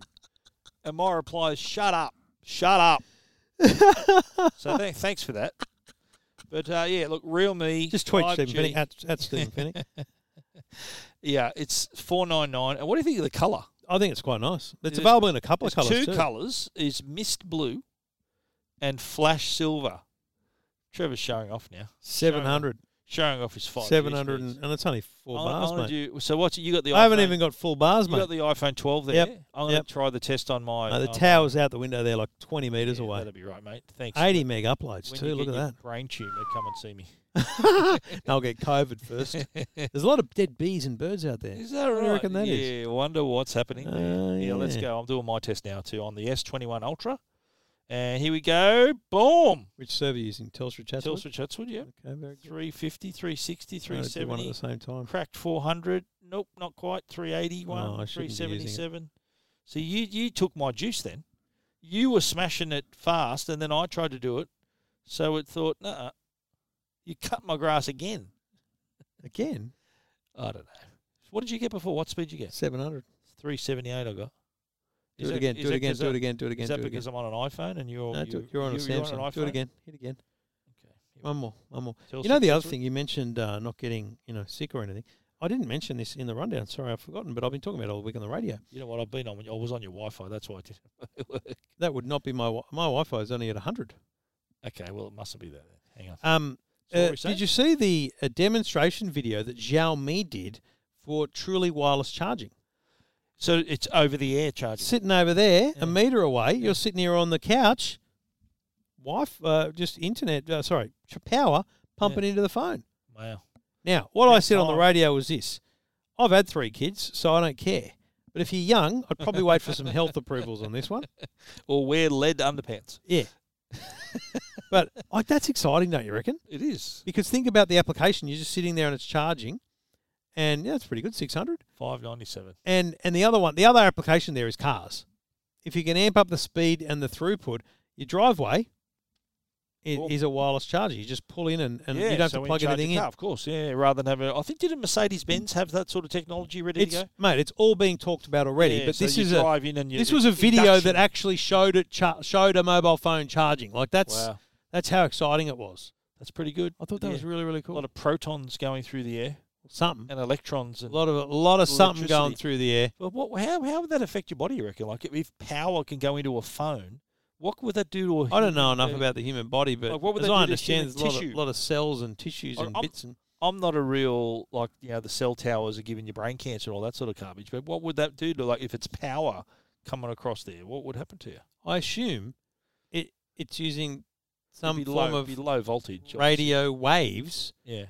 Speaker 2: and my reply is "Shut up, shut [laughs] up." so th- thanks for that. But uh, yeah, look, real me.
Speaker 1: Just tweet
Speaker 2: 5G.
Speaker 1: Stephen Finney at, at
Speaker 2: [laughs]
Speaker 1: Stephen Finney.
Speaker 2: Yeah, it's four nine nine. And what do you think of the color?
Speaker 1: I think it's quite nice. It's
Speaker 2: It is-
Speaker 1: available in a couple of
Speaker 2: There's
Speaker 1: colours
Speaker 2: two
Speaker 1: too.
Speaker 2: colours is mist blue and flash silver. Trevor's showing off now.
Speaker 1: Seven hundred.
Speaker 2: Showing off his five.
Speaker 1: Seven hundred, and and it's only four bars, mate.
Speaker 2: so what's you got the?
Speaker 1: I haven't
Speaker 2: iPhone-
Speaker 1: even got full bars,
Speaker 2: You
Speaker 1: mate.
Speaker 2: got the iPhone 12 there.
Speaker 1: Yep,
Speaker 2: I'm gonna
Speaker 1: yep.
Speaker 2: try the test on my.
Speaker 1: No, the
Speaker 2: on-
Speaker 1: tower's out the window there, like 20 metres
Speaker 2: Oh, yeah,
Speaker 1: away.
Speaker 2: That'll be right, mate. Thanks.
Speaker 1: 80 meg uploads,
Speaker 2: When
Speaker 1: too.
Speaker 2: you
Speaker 1: Look at
Speaker 2: get your
Speaker 1: that.
Speaker 2: Brain tumor. Come and see me.
Speaker 1: I'll get COVID first.
Speaker 2: [laughs]
Speaker 1: There's a lot of dead bees and birds out there.
Speaker 2: Is that
Speaker 1: What
Speaker 2: right?
Speaker 1: do you reckon that
Speaker 2: yeah,
Speaker 1: is?
Speaker 2: wonder what's happening. there.
Speaker 1: Oh,
Speaker 2: yeah, let's
Speaker 1: yeah.
Speaker 2: go. I'm doing my test now too on the S21 Ultra, and here we go. Boom.
Speaker 1: Which server are you using? Telstra Chatswood?
Speaker 2: Telstra Chatswood. Yeah.
Speaker 1: Okay, very good.
Speaker 2: 350, 360,
Speaker 1: Trying to Oh, do one at
Speaker 2: 370.
Speaker 1: the same
Speaker 2: [laughs]
Speaker 1: time.
Speaker 2: Cracked 400. Nope, not quite. 381,
Speaker 1: No, Oh, I shouldn't be using it.
Speaker 2: 377. So you you took my juice then. You were smashing it fast, and then I tried to do it. So it thought, nah, you cut my grass again.
Speaker 1: Again,
Speaker 2: I don't know. What did you get before? What speed did you get?
Speaker 1: 700.
Speaker 2: 378 I got.
Speaker 1: Do it again, do it again, do it again, do it again,
Speaker 2: Is
Speaker 1: do
Speaker 2: that
Speaker 1: it again.
Speaker 2: because I'm on an iPhone and you're,
Speaker 1: No, do
Speaker 2: you,
Speaker 1: it- You're on a
Speaker 2: you- you're
Speaker 1: Samsung. Do it
Speaker 2: iPhone?
Speaker 1: again. Hit again.
Speaker 2: Okay. Here we
Speaker 1: One more. One more.
Speaker 2: go.
Speaker 1: You know the
Speaker 2: Telstra
Speaker 1: other
Speaker 2: Chatswood?
Speaker 1: thing you mentioned, uh, not getting you know sick or anything. I didn't mention this in the rundown. Sorry, I've forgotten, but I've been talking about it all week on the radio.
Speaker 2: You know what? I've been on. I was on your Wi-Fi. That's why I did. not
Speaker 1: That would not be my wi- my Wi-Fi is only at 100.
Speaker 2: [laughs] okay. Well, it mustn't be that. then. Hang on.
Speaker 1: Um,
Speaker 2: So what
Speaker 1: uh,
Speaker 2: were we saying?
Speaker 1: did you see the uh, demonstration video that Xiaomi did for truly wireless charging?
Speaker 2: So it's over the air charging.
Speaker 1: Sitting over there,
Speaker 2: Yeah.
Speaker 1: a meter away, you're sitting here on the couch, wife, uh, just internet, uh, sorry, tr- power pumping into the phone.
Speaker 2: Wow.
Speaker 1: Now, what I
Speaker 2: That's
Speaker 1: said on the
Speaker 2: fine.
Speaker 1: radio was this I've had three kids, so I don't care. But if you're young, I'd probably wait for some
Speaker 2: [laughs]
Speaker 1: health approvals on this one.
Speaker 2: Or wear lead underpants.
Speaker 1: Yeah. [laughs] but like that's exciting, don't you reckon?
Speaker 2: It is.
Speaker 1: Because think about the application. You're just sitting there and it's charging, and yeah, that's pretty good, six hundred.
Speaker 2: Five ninety seven.
Speaker 1: And and the other one, the other application there is cars. if you can amp up the speed and the throughput, your driveway i-
Speaker 2: Cool.
Speaker 1: is a wireless charger. You just pull in and, and you don't have
Speaker 2: so
Speaker 1: to
Speaker 2: when
Speaker 1: plug
Speaker 2: charge your
Speaker 1: anything in.
Speaker 2: car, Of course, yeah. Rather than have a, I think didn't Mercedes Benz have that sort of technology ready
Speaker 1: It's
Speaker 2: to go?
Speaker 1: mate, it's all being talked about already.
Speaker 2: Yeah,
Speaker 1: but
Speaker 2: so
Speaker 1: this
Speaker 2: you
Speaker 1: is a
Speaker 2: drive in and you,
Speaker 1: this was a
Speaker 2: it's
Speaker 1: video
Speaker 2: induction.
Speaker 1: that actually showed it char- showed a mobile phone charging. Like that's
Speaker 2: Wow,
Speaker 1: that's how exciting it was.
Speaker 2: that's pretty good.
Speaker 1: I thought that
Speaker 2: Yeah.
Speaker 1: was really really
Speaker 2: a
Speaker 1: cool.
Speaker 2: lot of protons going through the air
Speaker 1: something.
Speaker 2: and electrons.
Speaker 1: A
Speaker 2: And
Speaker 1: lot of a lot of something going
Speaker 2: Electricity.
Speaker 1: through the air.
Speaker 2: but what? How how would that affect your body? You reckon? Like if power can go into a phone, what would that do to? a
Speaker 1: I don't know
Speaker 2: human
Speaker 1: enough
Speaker 2: being?
Speaker 1: about the human body, but
Speaker 2: Like, what would
Speaker 1: as
Speaker 2: they
Speaker 1: I
Speaker 2: do to human
Speaker 1: understand, there's a lot of,
Speaker 2: tissue?
Speaker 1: lot of cells and tissues
Speaker 2: I-
Speaker 1: and
Speaker 2: I'm-
Speaker 1: bits and
Speaker 2: I'm not a real like you know the cell towers are giving you brain cancer and all that sort of garbage. But what would that do to like if it's power coming across there? What would happen to you?
Speaker 1: I assume it it's using
Speaker 2: It'd
Speaker 1: some
Speaker 2: be
Speaker 1: form
Speaker 2: low,
Speaker 1: of
Speaker 2: be low voltage obviously.
Speaker 1: radio waves.
Speaker 2: Yeah,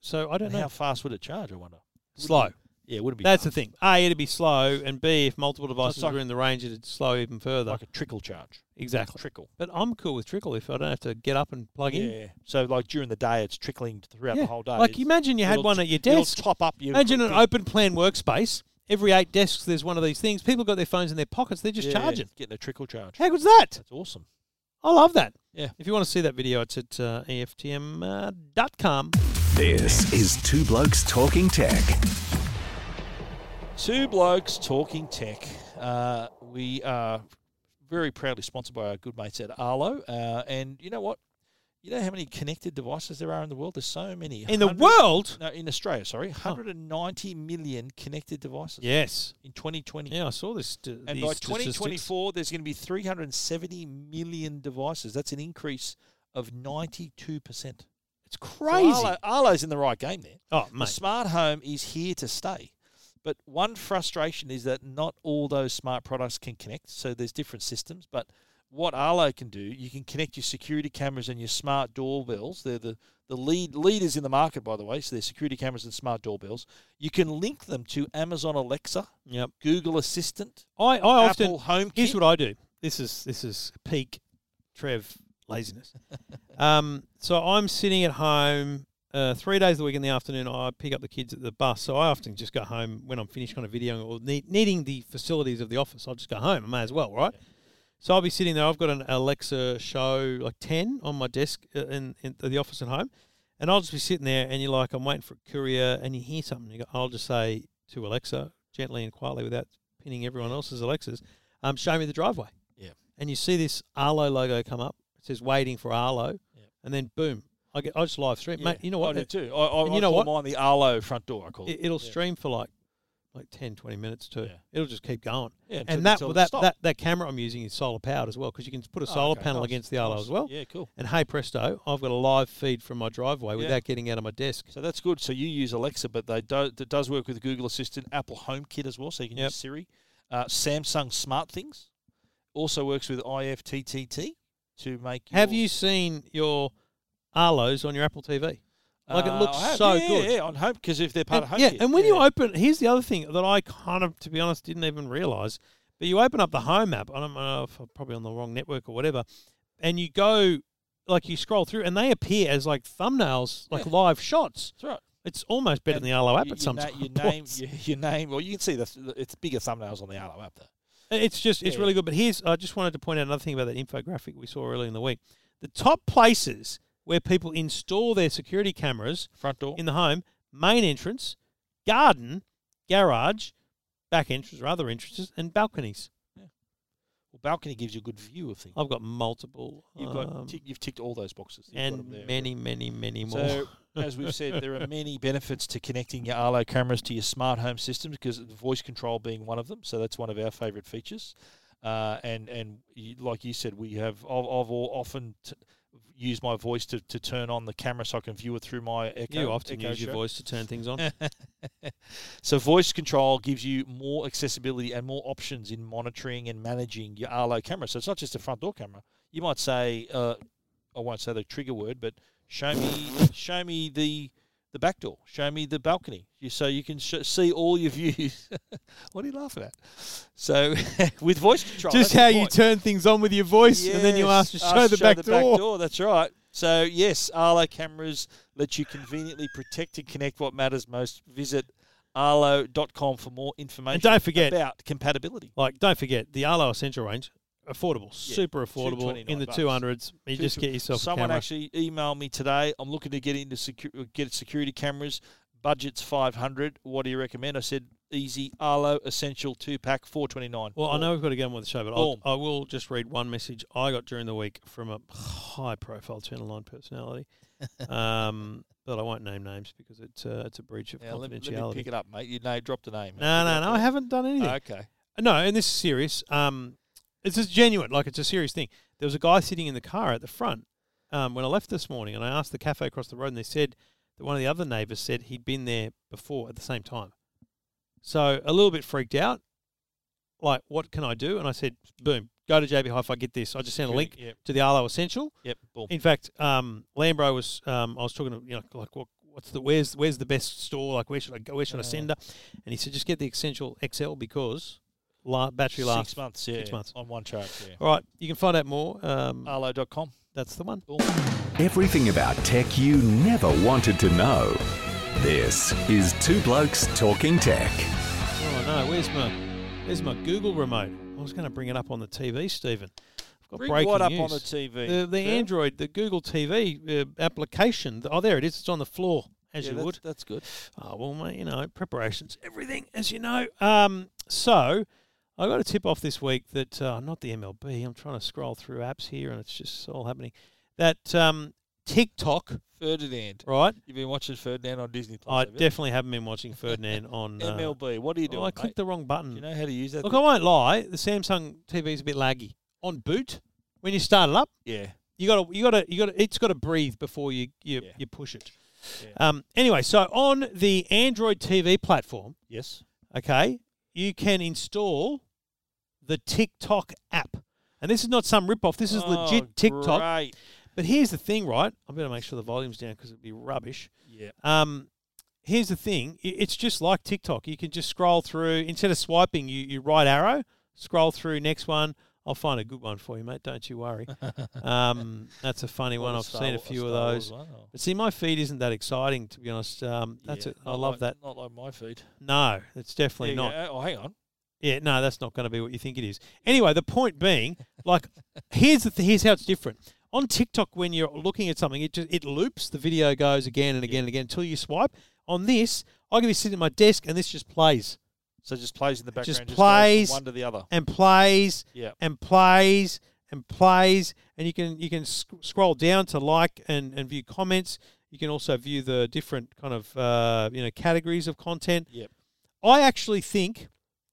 Speaker 1: So I don't
Speaker 2: And
Speaker 1: know.
Speaker 2: how fast would it charge? I wonder.
Speaker 1: slow.
Speaker 2: Yeah, would it be?
Speaker 1: That's
Speaker 2: fast?
Speaker 1: the thing. A, it'd be slow, and B, if multiple devices
Speaker 2: like-
Speaker 1: were in the range, it'd slow even further.
Speaker 2: like a trickle charge.
Speaker 1: exactly.
Speaker 2: Trickle.
Speaker 1: But I'm cool with trickle if I don't have to get up and plug in.
Speaker 2: Yeah. So like during the day, it's trickling throughout
Speaker 1: Yeah.
Speaker 2: the whole day.
Speaker 1: Like
Speaker 2: It's-
Speaker 1: imagine you had
Speaker 2: it'll
Speaker 1: one
Speaker 2: t-
Speaker 1: at your
Speaker 2: it'll
Speaker 1: desk.
Speaker 2: top up your
Speaker 1: Imagine an
Speaker 2: your-
Speaker 1: open plan workspace. Every eight desks, there's one of these things. People got their phones in their pockets. They're just
Speaker 2: Yeah,
Speaker 1: charging.
Speaker 2: getting a trickle charge.
Speaker 1: How good's that?
Speaker 2: That's awesome.
Speaker 1: I love that.
Speaker 2: Yeah.
Speaker 1: If you want to see that video, it's at uh, EFTM.com.
Speaker 3: This is Two Blokes Talking Tech.
Speaker 2: Two blokes talking tech. Uh, we are very proudly sponsored by our good mates at Arlo. Uh, and you know what? You know how many connected devices there are in the world? There's so many.
Speaker 1: in the
Speaker 2: 100
Speaker 1: world?
Speaker 2: No, in Australia, sorry. 190 million connected devices
Speaker 1: Yes.
Speaker 2: in 2020.
Speaker 1: Yeah, I saw this. st-
Speaker 2: And
Speaker 1: these
Speaker 2: by
Speaker 1: statistics.
Speaker 2: 2024, there's going to be 370 million devices. That's an increase of 92%.
Speaker 1: It's
Speaker 2: So
Speaker 1: crazy.
Speaker 2: Arlo, Arlo's in the right game there.
Speaker 1: oh,
Speaker 2: The
Speaker 1: mate.
Speaker 2: smart home is here to stay. But one frustration is that not all those smart products can connect. So there's different systems. But what Arlo can do, you can connect your security cameras and your smart doorbells. They're the, the lead leaders in the market, by the way. So they're security cameras and smart doorbells. You can link them to Amazon Alexa,
Speaker 1: Yep.
Speaker 2: Google Assistant,
Speaker 1: I, I often.
Speaker 2: Apple Home
Speaker 1: Here's what I do. This is this is peak Trev laziness. um, so I'm sitting at home uh, three days a week in the afternoon. I pick up the kids at the bus, so I often just go home when I'm finished, kind of videoing or need, needing the facilities of the office. I'll just go home. I may as well, right? So I'll be sitting there. I've got an Alexa show like ten on my desk uh, in, in the office at home, and I'll just be sitting there. And you're like, I'm waiting for a courier, and you hear something. You go, I'll just say to Alexa gently and quietly, without pinning everyone else's Alexas, um, show me the driveway.
Speaker 2: Yeah.
Speaker 1: And you see this Arlo logo come up. It says waiting for Arlo.
Speaker 2: Yeah.
Speaker 1: And then boom, I get I just live stream. Mate, you know what?
Speaker 2: I do
Speaker 1: It,
Speaker 2: Oh, too. I, I,
Speaker 1: and
Speaker 2: I
Speaker 1: you know
Speaker 2: call mine the Arlo front door. I call it.
Speaker 1: it'll
Speaker 2: Yeah.
Speaker 1: stream for like like 10, 20 minutes too.
Speaker 2: Yeah.
Speaker 1: It'll just keep going.
Speaker 2: Yeah, until-
Speaker 1: and that
Speaker 2: until it
Speaker 1: that,
Speaker 2: stops.
Speaker 1: that that camera I'm using is solar powered as well because you can put a
Speaker 2: Oh,
Speaker 1: solar
Speaker 2: okay,
Speaker 1: panel
Speaker 2: nice,
Speaker 1: against the Arlo
Speaker 2: nice.
Speaker 1: as well.
Speaker 2: Yeah, cool.
Speaker 1: And hey presto, I've got a live feed from my driveway
Speaker 2: Yeah.
Speaker 1: without getting out of my desk.
Speaker 2: So that's good. So you use Alexa, but they do, it does work with Google Assistant, Apple HomeKit as well. So you can
Speaker 1: Yep.
Speaker 2: use Siri, uh, Samsung Smart Things. Also works with IFTTT to make.
Speaker 1: Have
Speaker 2: your-
Speaker 1: you seen your Arlos on your Apple TV? like, it
Speaker 2: Uh,
Speaker 1: looks
Speaker 2: I have-
Speaker 1: so
Speaker 2: yeah,
Speaker 1: good.
Speaker 2: Yeah, on Home because if they're part
Speaker 1: and,
Speaker 2: of HomeKit.
Speaker 1: Yeah, and when you open, here's the other thing that I kind of, to be honest, didn't even realize. But you open up the home app. I don't know if I'm probably on the wrong network or whatever, and you go like you scroll through, and they appear as like thumbnails, like
Speaker 2: Yeah.
Speaker 1: live shots.
Speaker 2: that's right.
Speaker 1: It's almost better
Speaker 2: And
Speaker 1: than the Arlo app
Speaker 2: You,
Speaker 1: at
Speaker 2: you,
Speaker 1: some [laughs]
Speaker 2: na-
Speaker 1: time.
Speaker 2: you name, [laughs] you, you name. Well, you can see the, th- it's bigger thumbnails on the Arlo app though.
Speaker 1: It's just it's
Speaker 2: Yeah.
Speaker 1: really good. But here's I just wanted to point out another thing about that infographic we saw earlier in the week. The top places where people install their security cameras
Speaker 2: Front door.
Speaker 1: in the home, main entrance, garden, garage, back entrance or other entrances, and balconies.
Speaker 2: Well, balcony gives you a good view of things.
Speaker 1: I've got multiple.
Speaker 2: You've got
Speaker 1: Uh, um,
Speaker 2: tick, you've ticked all those boxes. You've got
Speaker 1: and
Speaker 2: 'em there.
Speaker 1: many, many, many more.
Speaker 2: [laughs] So, as we've said, there are many benefits to connecting your Arlo cameras to your smart home systems because voice control being one of them. So that's one of our favourite features. Uh, and and you, like you said, we have I've, I've all often t- used my voice to, to turn on the camera so I can view it through my echo.
Speaker 1: you often
Speaker 2: Echo
Speaker 1: use your
Speaker 2: Show.
Speaker 1: voice to turn things
Speaker 2: [laughs]
Speaker 1: on.
Speaker 2: So voice control gives you more accessibility and more options in monitoring and managing your Arlo camera. So it's not just a front door camera. You might say, uh, I won't say the trigger word, but show me, show me the the back door, show me the balcony, you, so you can sh- see all your views. [laughs] what are you laughing at? So [laughs] with voice control, that's the point.
Speaker 1: turn things on with your voice,
Speaker 2: Yes, ask That's right. So yes, Arlo cameras let you conveniently protect and connect what matters most. Visit arlo.com for more
Speaker 1: And
Speaker 2: information
Speaker 1: don't forget,
Speaker 2: about compatibility.
Speaker 1: like, don't forget the Arlo Essential range, affordable, super affordable, in the
Speaker 2: $229 bucks.
Speaker 1: two hundreds. You just get yourself a
Speaker 2: Someone
Speaker 1: camera.
Speaker 2: actually emailed me today. I'm looking to get into secu- get security cameras. Budget's 500. What do you recommend? I said easy Arlo Essential two pack 429.
Speaker 1: Well, I know we've got to get on with the show, but I'll,
Speaker 2: Boom.
Speaker 1: I will just read one message I got during the week from a high-profile Channel Nine
Speaker 2: [laughs]
Speaker 1: personality, um, but I won't name names because it's uh, it's a breach of
Speaker 2: Yeah, let, me, let me
Speaker 1: confidentiality.
Speaker 2: pick it up, mate. You know, dropped a name.
Speaker 1: No, no, no, I haven't done anything.
Speaker 2: okay.
Speaker 1: No, and this is serious. Um, this is genuine. Like it's a serious thing. There was a guy sitting in the car at the front um, when I left this morning, and I asked the cafe across the road, and they said that one of the other neighbours said he'd been there before at the same time. So a little bit freaked out. Like, what can I do? And I said, boom, go to JB Hi-Fi, get this. I just sent a link
Speaker 2: Yep,
Speaker 1: to the Arlo Essential.
Speaker 2: yep. Boom.
Speaker 1: In fact, um, Lambro was. Um, I was talking to you know like what, what's the where's where's the best store? Like where should I go? Where should I send her? And he said just get the Essential XL because la- battery lasts
Speaker 2: Six months. Yeah,
Speaker 1: Six months.
Speaker 2: on one charge. Yeah.
Speaker 1: All right, you can find out more. Um,
Speaker 2: Uh, Arlo.com.
Speaker 1: that's the one. Oh,
Speaker 3: Everything about tech you never wanted to know. This is Two Blokes Talking Tech.
Speaker 1: Oh no, where's my where's my Google remote? I was going to bring it up on the TV, Stephen. I've got
Speaker 2: Bring
Speaker 1: breaking
Speaker 2: what up
Speaker 1: news.
Speaker 2: on the TV?
Speaker 1: The, the
Speaker 2: Phil?
Speaker 1: Android, the Google TV uh, application. Oh, there it is. It's on the floor as
Speaker 2: Yeah,
Speaker 1: you
Speaker 2: that's,
Speaker 1: would.
Speaker 2: That's good.
Speaker 1: Oh well, mate, you know, preparations, everything, as you know. Um, so I got a tip off this week that uh, not the MLB. I'm trying to scroll through apps here, and it's just all happening. That um, TikTok,
Speaker 2: Ferdinand.
Speaker 1: right?
Speaker 2: You've been watching Ferdinand on Disney Plus.
Speaker 1: I
Speaker 2: have you?
Speaker 1: definitely haven't been watching
Speaker 2: [laughs]
Speaker 1: Ferdinand on. Uh,
Speaker 2: MLB. What are you
Speaker 1: oh,
Speaker 2: doing?
Speaker 1: I
Speaker 2: mate?
Speaker 1: clicked the wrong
Speaker 2: Do
Speaker 1: button.
Speaker 2: you know how to use that?
Speaker 1: Look, I
Speaker 2: thing?
Speaker 1: won't lie. The Samsung TV is a bit laggy on boot when you start it up.
Speaker 2: yeah.
Speaker 1: You gotta, you gotta, you gotta. It's gotta breathe before you you,
Speaker 2: Yeah.
Speaker 1: you push it.
Speaker 2: Yeah.
Speaker 1: Um. Anyway, so on the Android TV platform,
Speaker 2: Yes.
Speaker 1: okay, you can install the TikTok app. And this is not some ripoff. This is
Speaker 2: Oh,
Speaker 1: legit TikTok.
Speaker 2: Great.
Speaker 1: But here's the thing, right? I'm going to make sure the volume's down because it'd be rubbish.
Speaker 2: Yeah.
Speaker 1: Um, here's the thing. i- It's just like TikTok. You can just scroll through. Instead of swiping, you, you right arrow, scroll through, next one. I'll find a good one for you, mate. Don't you [laughs] worry. um, that's a funny one. I've seen a few of those. But see, my feed isn't that exciting, to be honest. Um, that's it. I love that.
Speaker 2: Not like my feed.
Speaker 1: No, it's definitely
Speaker 2: Yeah,
Speaker 1: not.
Speaker 2: yeah. Oh, hang on.
Speaker 1: Yeah, no, that's not going to be what you think it is. Anyway, the point being,
Speaker 2: [laughs]
Speaker 1: like, here's the th- here's how it's different. On TikTok, when you're looking at something, it just it loops. The video goes again and again and again until you swipe. On this, I can be sitting at my desk and this just plays
Speaker 2: So it just plays in the background.
Speaker 1: Just
Speaker 2: goes from
Speaker 1: plays.
Speaker 2: one to the other.
Speaker 1: and plays
Speaker 2: Yeah.
Speaker 1: and plays and plays, and you can you can sc- scroll down to like and and view comments. You can also view the different kind of uh, you know categories of content.
Speaker 2: Yep.
Speaker 1: I actually think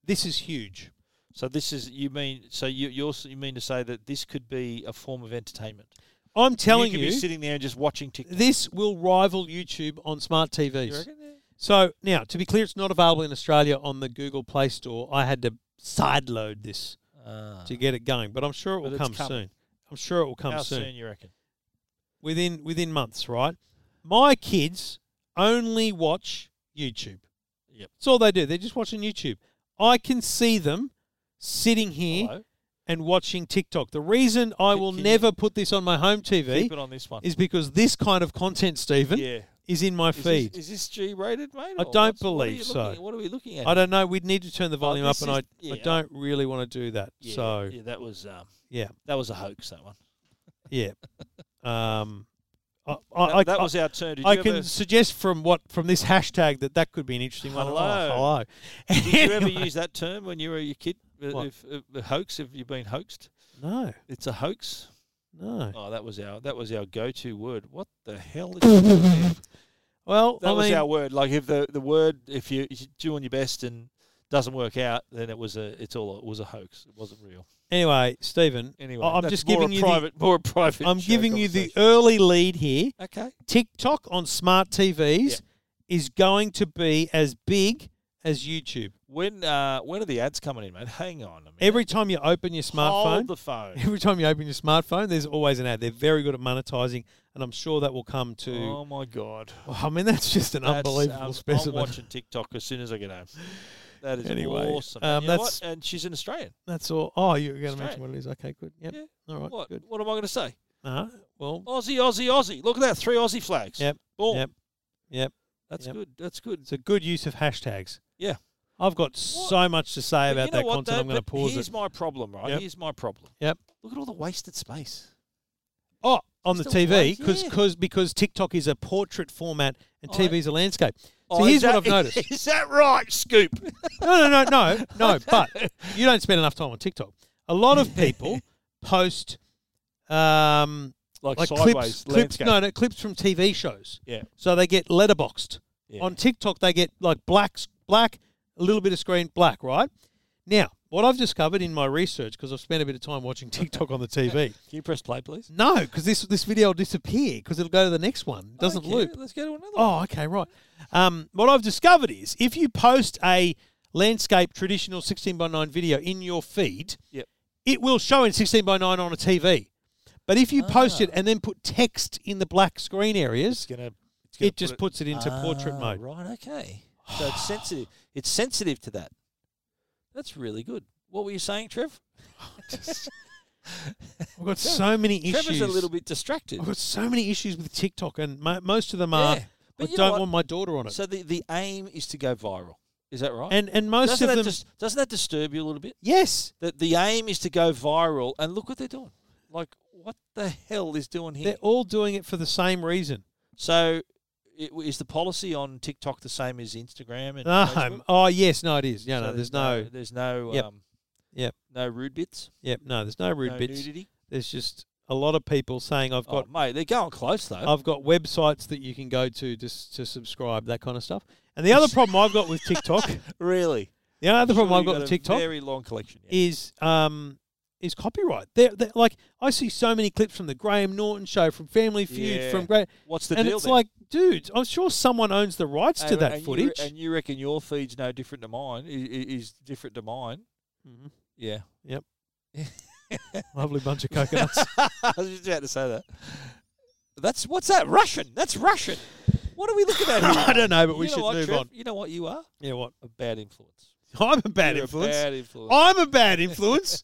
Speaker 1: this is huge.
Speaker 2: So this is you mean so you you also you mean to say that this could be a form of entertainment.
Speaker 1: I'm telling
Speaker 2: you
Speaker 1: you,
Speaker 2: could be sitting there and just watching TikTok.
Speaker 1: this will rival YouTube on smart
Speaker 2: You
Speaker 1: TVs.
Speaker 2: reckon?
Speaker 1: So now, to be clear, it's not available in Australia on the Google Play Store. I had to sideload this
Speaker 2: Uh,
Speaker 1: to get it going, but I'm sure it
Speaker 2: But
Speaker 1: will
Speaker 2: it's
Speaker 1: come
Speaker 2: coming.
Speaker 1: soon. I'm sure it will come
Speaker 2: how
Speaker 1: soon.
Speaker 2: soon you reckon?
Speaker 1: within within months, right? My kids only watch YouTube.
Speaker 2: Yep.
Speaker 1: That's all they do. They're just watching YouTube. I can see them sitting here
Speaker 2: Hello?
Speaker 1: and watching TikTok. The reason I
Speaker 2: Can-
Speaker 1: will
Speaker 2: can you-
Speaker 1: never put this on my home
Speaker 2: Keep
Speaker 1: TV
Speaker 2: it on this one.
Speaker 1: is because this kind of content, Stephen,
Speaker 2: yeah.
Speaker 1: is in my
Speaker 2: Is
Speaker 1: feed.
Speaker 2: This, is this G rated, mate?
Speaker 1: I
Speaker 2: or
Speaker 1: don't
Speaker 2: what's-
Speaker 1: believe
Speaker 2: what are you looking
Speaker 1: so.
Speaker 2: at? What are we looking at?
Speaker 1: I don't know. We'd need to turn the volume up,
Speaker 2: this
Speaker 1: and
Speaker 2: is-
Speaker 1: I, I
Speaker 2: yeah.
Speaker 1: don't really want to do that.
Speaker 2: Yeah,
Speaker 1: so
Speaker 2: yeah, that was um,
Speaker 1: yeah,
Speaker 2: that was a hoax. That one.
Speaker 1: yeah.
Speaker 2: [laughs]
Speaker 1: um, I, I,
Speaker 2: That,
Speaker 1: I,
Speaker 2: that was our turn. Did
Speaker 1: I
Speaker 2: you
Speaker 1: can
Speaker 2: ever,
Speaker 1: suggest from what from this hashtag that that could be an interesting one.
Speaker 2: Hello.
Speaker 1: Oh, hello.
Speaker 2: [laughs]
Speaker 1: [laughs]
Speaker 2: did you ever use that term when you were a kid? Uh,
Speaker 1: What?
Speaker 2: If, if, the hoax? Have you been hoaxed?
Speaker 1: No,
Speaker 2: It's a hoax.
Speaker 1: no.
Speaker 2: Oh, that was our that was our go-to word. What the hell? Is
Speaker 1: [laughs]
Speaker 2: that
Speaker 1: Well,
Speaker 2: that
Speaker 1: I
Speaker 2: was
Speaker 1: mean,
Speaker 2: our word. Like if the, the word if you if you're doing your best and doesn't work out, then it was a it's all it was a hoax. It wasn't real.
Speaker 1: anyway, Stephen.
Speaker 2: Anyway,
Speaker 1: I- I'm
Speaker 2: that's
Speaker 1: just
Speaker 2: more
Speaker 1: giving
Speaker 2: a
Speaker 1: you the,
Speaker 2: private, more a private.
Speaker 1: I'm
Speaker 2: show
Speaker 1: giving you the
Speaker 2: conversation.
Speaker 1: early lead here.
Speaker 2: okay.
Speaker 1: TikTok on smart TVs is going to be as big as YouTube.
Speaker 2: When uh when are the ads coming in, mate? Hang on a minute.
Speaker 1: Every time you open your smartphone,
Speaker 2: Hold the phone.
Speaker 1: [laughs] Every time you open your smartphone, there's always an ad. They're very good at monetizing, and I'm sure that will come to.
Speaker 2: Oh my god.
Speaker 1: Well, [laughs] I mean, that's just an
Speaker 2: That's,
Speaker 1: unbelievable
Speaker 2: um, I'm
Speaker 1: specimen.
Speaker 2: watching TikTok as soon as I get home. That is
Speaker 1: Anyway,
Speaker 2: awesome.
Speaker 1: um,
Speaker 2: and you know
Speaker 1: that's-
Speaker 2: what? And she's an Australian.
Speaker 1: That's all. Oh, you're going to
Speaker 2: Straight.
Speaker 1: mention what it is. Okay, good. Yep.
Speaker 2: Yeah.
Speaker 1: All right.
Speaker 2: What? Oh,
Speaker 1: Good.
Speaker 2: What am I going to say?
Speaker 1: Uh, well.
Speaker 2: Aussie, Aussie, Aussie. Look at that. Three Aussie flags.
Speaker 1: Yep.
Speaker 2: Boom.
Speaker 1: Yep. Yep.
Speaker 2: That's
Speaker 1: Yep.
Speaker 2: good. That's good.
Speaker 1: It's a good use of hashtags.
Speaker 2: Yeah.
Speaker 1: I've got so much to say about
Speaker 2: But you know
Speaker 1: that
Speaker 2: what,
Speaker 1: content.
Speaker 2: though?
Speaker 1: I'm going to
Speaker 2: But
Speaker 1: pause
Speaker 2: Here's
Speaker 1: it.
Speaker 2: my problem, right?
Speaker 1: Yep.
Speaker 2: Here's my problem.
Speaker 1: Yep.
Speaker 2: Look at all the wasted space.
Speaker 1: Oh, on the
Speaker 2: Just a
Speaker 1: TV,
Speaker 2: one,
Speaker 1: because
Speaker 2: yeah.
Speaker 1: because TikTok is a portrait format and
Speaker 2: I-
Speaker 1: TV is a landscape. So
Speaker 2: Oh,
Speaker 1: here's
Speaker 2: is that-
Speaker 1: what I've
Speaker 2: [laughs]
Speaker 1: noticed.
Speaker 2: Is that right, Scoop?
Speaker 1: No, no, no, no,
Speaker 2: [laughs]
Speaker 1: no. But you don't spend enough time on TikTok. A lot of
Speaker 2: [laughs]
Speaker 1: people post um,
Speaker 2: like,
Speaker 1: like
Speaker 2: sideways
Speaker 1: clips, clips.
Speaker 2: landscape.
Speaker 1: No, no, clips from TV shows.
Speaker 2: Yeah.
Speaker 1: So they get letterboxed.
Speaker 2: Yeah.
Speaker 1: On TikTok, they get like black, black, a little bit of screen black, right? Now, what I've discovered in my research, because I've spent a bit of time watching [laughs] TikTok on the
Speaker 2: [laughs]
Speaker 1: TV,
Speaker 2: Can you press play, please?
Speaker 1: no, because this this video will disappear because it'll go to the next one. It doesn't
Speaker 2: Okay,
Speaker 1: loop.
Speaker 2: Let's go to another.
Speaker 1: Oh, okay, right. Um, what I've discovered is if you post a landscape traditional 16 by 9 video in your feed,
Speaker 2: Yep.
Speaker 1: it will show in 16 by 9 on a TV. But if you post it and then put text in the black screen areas,
Speaker 2: It's Ah. gonna. It's gonna
Speaker 1: it just puts it into portrait
Speaker 2: Ah,
Speaker 1: mode.
Speaker 2: Right. Okay. So it's sensitive. It's sensitive to that. That's really good. What were you saying, Trev?
Speaker 1: I've got so many issues.
Speaker 2: Trevor's a little
Speaker 1: [laughs]
Speaker 2: bit distracted.
Speaker 1: I've got so many issues with TikTok, and mo most of them are.
Speaker 2: Yeah,
Speaker 1: I
Speaker 2: but you know
Speaker 1: don't
Speaker 2: what?
Speaker 1: want my daughter on it.
Speaker 2: So the, the aim is to go viral. Is that right?
Speaker 1: and and most of
Speaker 2: doesn't that
Speaker 1: them,
Speaker 2: dis- doesn't that disturb you a little bit?
Speaker 1: yes,
Speaker 2: That the aim is to go viral, and look what they're doing. Like what the hell is doing here?
Speaker 1: they're all doing it for the same reason.
Speaker 2: so it, is the policy on TikTok the same as
Speaker 1: [laughs]
Speaker 2: Instagram and Facebook?
Speaker 1: Um, oh yes, no, it is. Yeah,
Speaker 2: So
Speaker 1: no, there's no,
Speaker 2: there's no,
Speaker 1: Yep.
Speaker 2: um,
Speaker 1: Yep.
Speaker 2: no rude bits,
Speaker 1: yeah, no, there's no rude
Speaker 2: no
Speaker 1: bits.
Speaker 2: nudity.
Speaker 1: There's just a lot of people saying I've got
Speaker 2: oh, uh mate, they're going close though.
Speaker 1: I've got websites that you can go to just to subscribe, that kind of stuff. And
Speaker 2: [laughs]
Speaker 1: the other problem I've got with TikTok,
Speaker 2: really,
Speaker 1: the other problem I've
Speaker 2: Sure, you've
Speaker 1: got with
Speaker 2: a
Speaker 1: TikTok
Speaker 2: Very long collection. yeah.
Speaker 1: is um is copyright. They're, they're- like I see so many clips from the Graham Norton show, from Family Feud,
Speaker 2: Yeah.
Speaker 1: from Great,
Speaker 2: What's the
Speaker 1: and
Speaker 2: deal?
Speaker 1: it's
Speaker 2: then?
Speaker 1: like, dude, I'm sure someone owns the rights to
Speaker 2: And-
Speaker 1: that
Speaker 2: and you re-
Speaker 1: footage.
Speaker 2: and you reckon your feed's no different to mine? i- i- Is different to mine? Mm-hmm.
Speaker 1: Mhm.
Speaker 2: Yeah.
Speaker 1: [laughs] Lovely bunch of
Speaker 2: [laughs]
Speaker 1: coconuts.
Speaker 2: [laughs]
Speaker 1: [laughs]
Speaker 2: I was just about to say that. That's what's that Russian? That's Russian. What are we looking at [laughs] here?
Speaker 1: I don't know, but we
Speaker 2: You know
Speaker 1: should
Speaker 2: what,
Speaker 1: move
Speaker 2: Trev?
Speaker 1: on.
Speaker 2: You know what you are?
Speaker 1: Yeah, what? [laughs]
Speaker 2: A bad influence.
Speaker 1: I'm a bad
Speaker 2: You're
Speaker 1: influence.
Speaker 2: A bad influence. Oh,
Speaker 1: I'm a bad influence.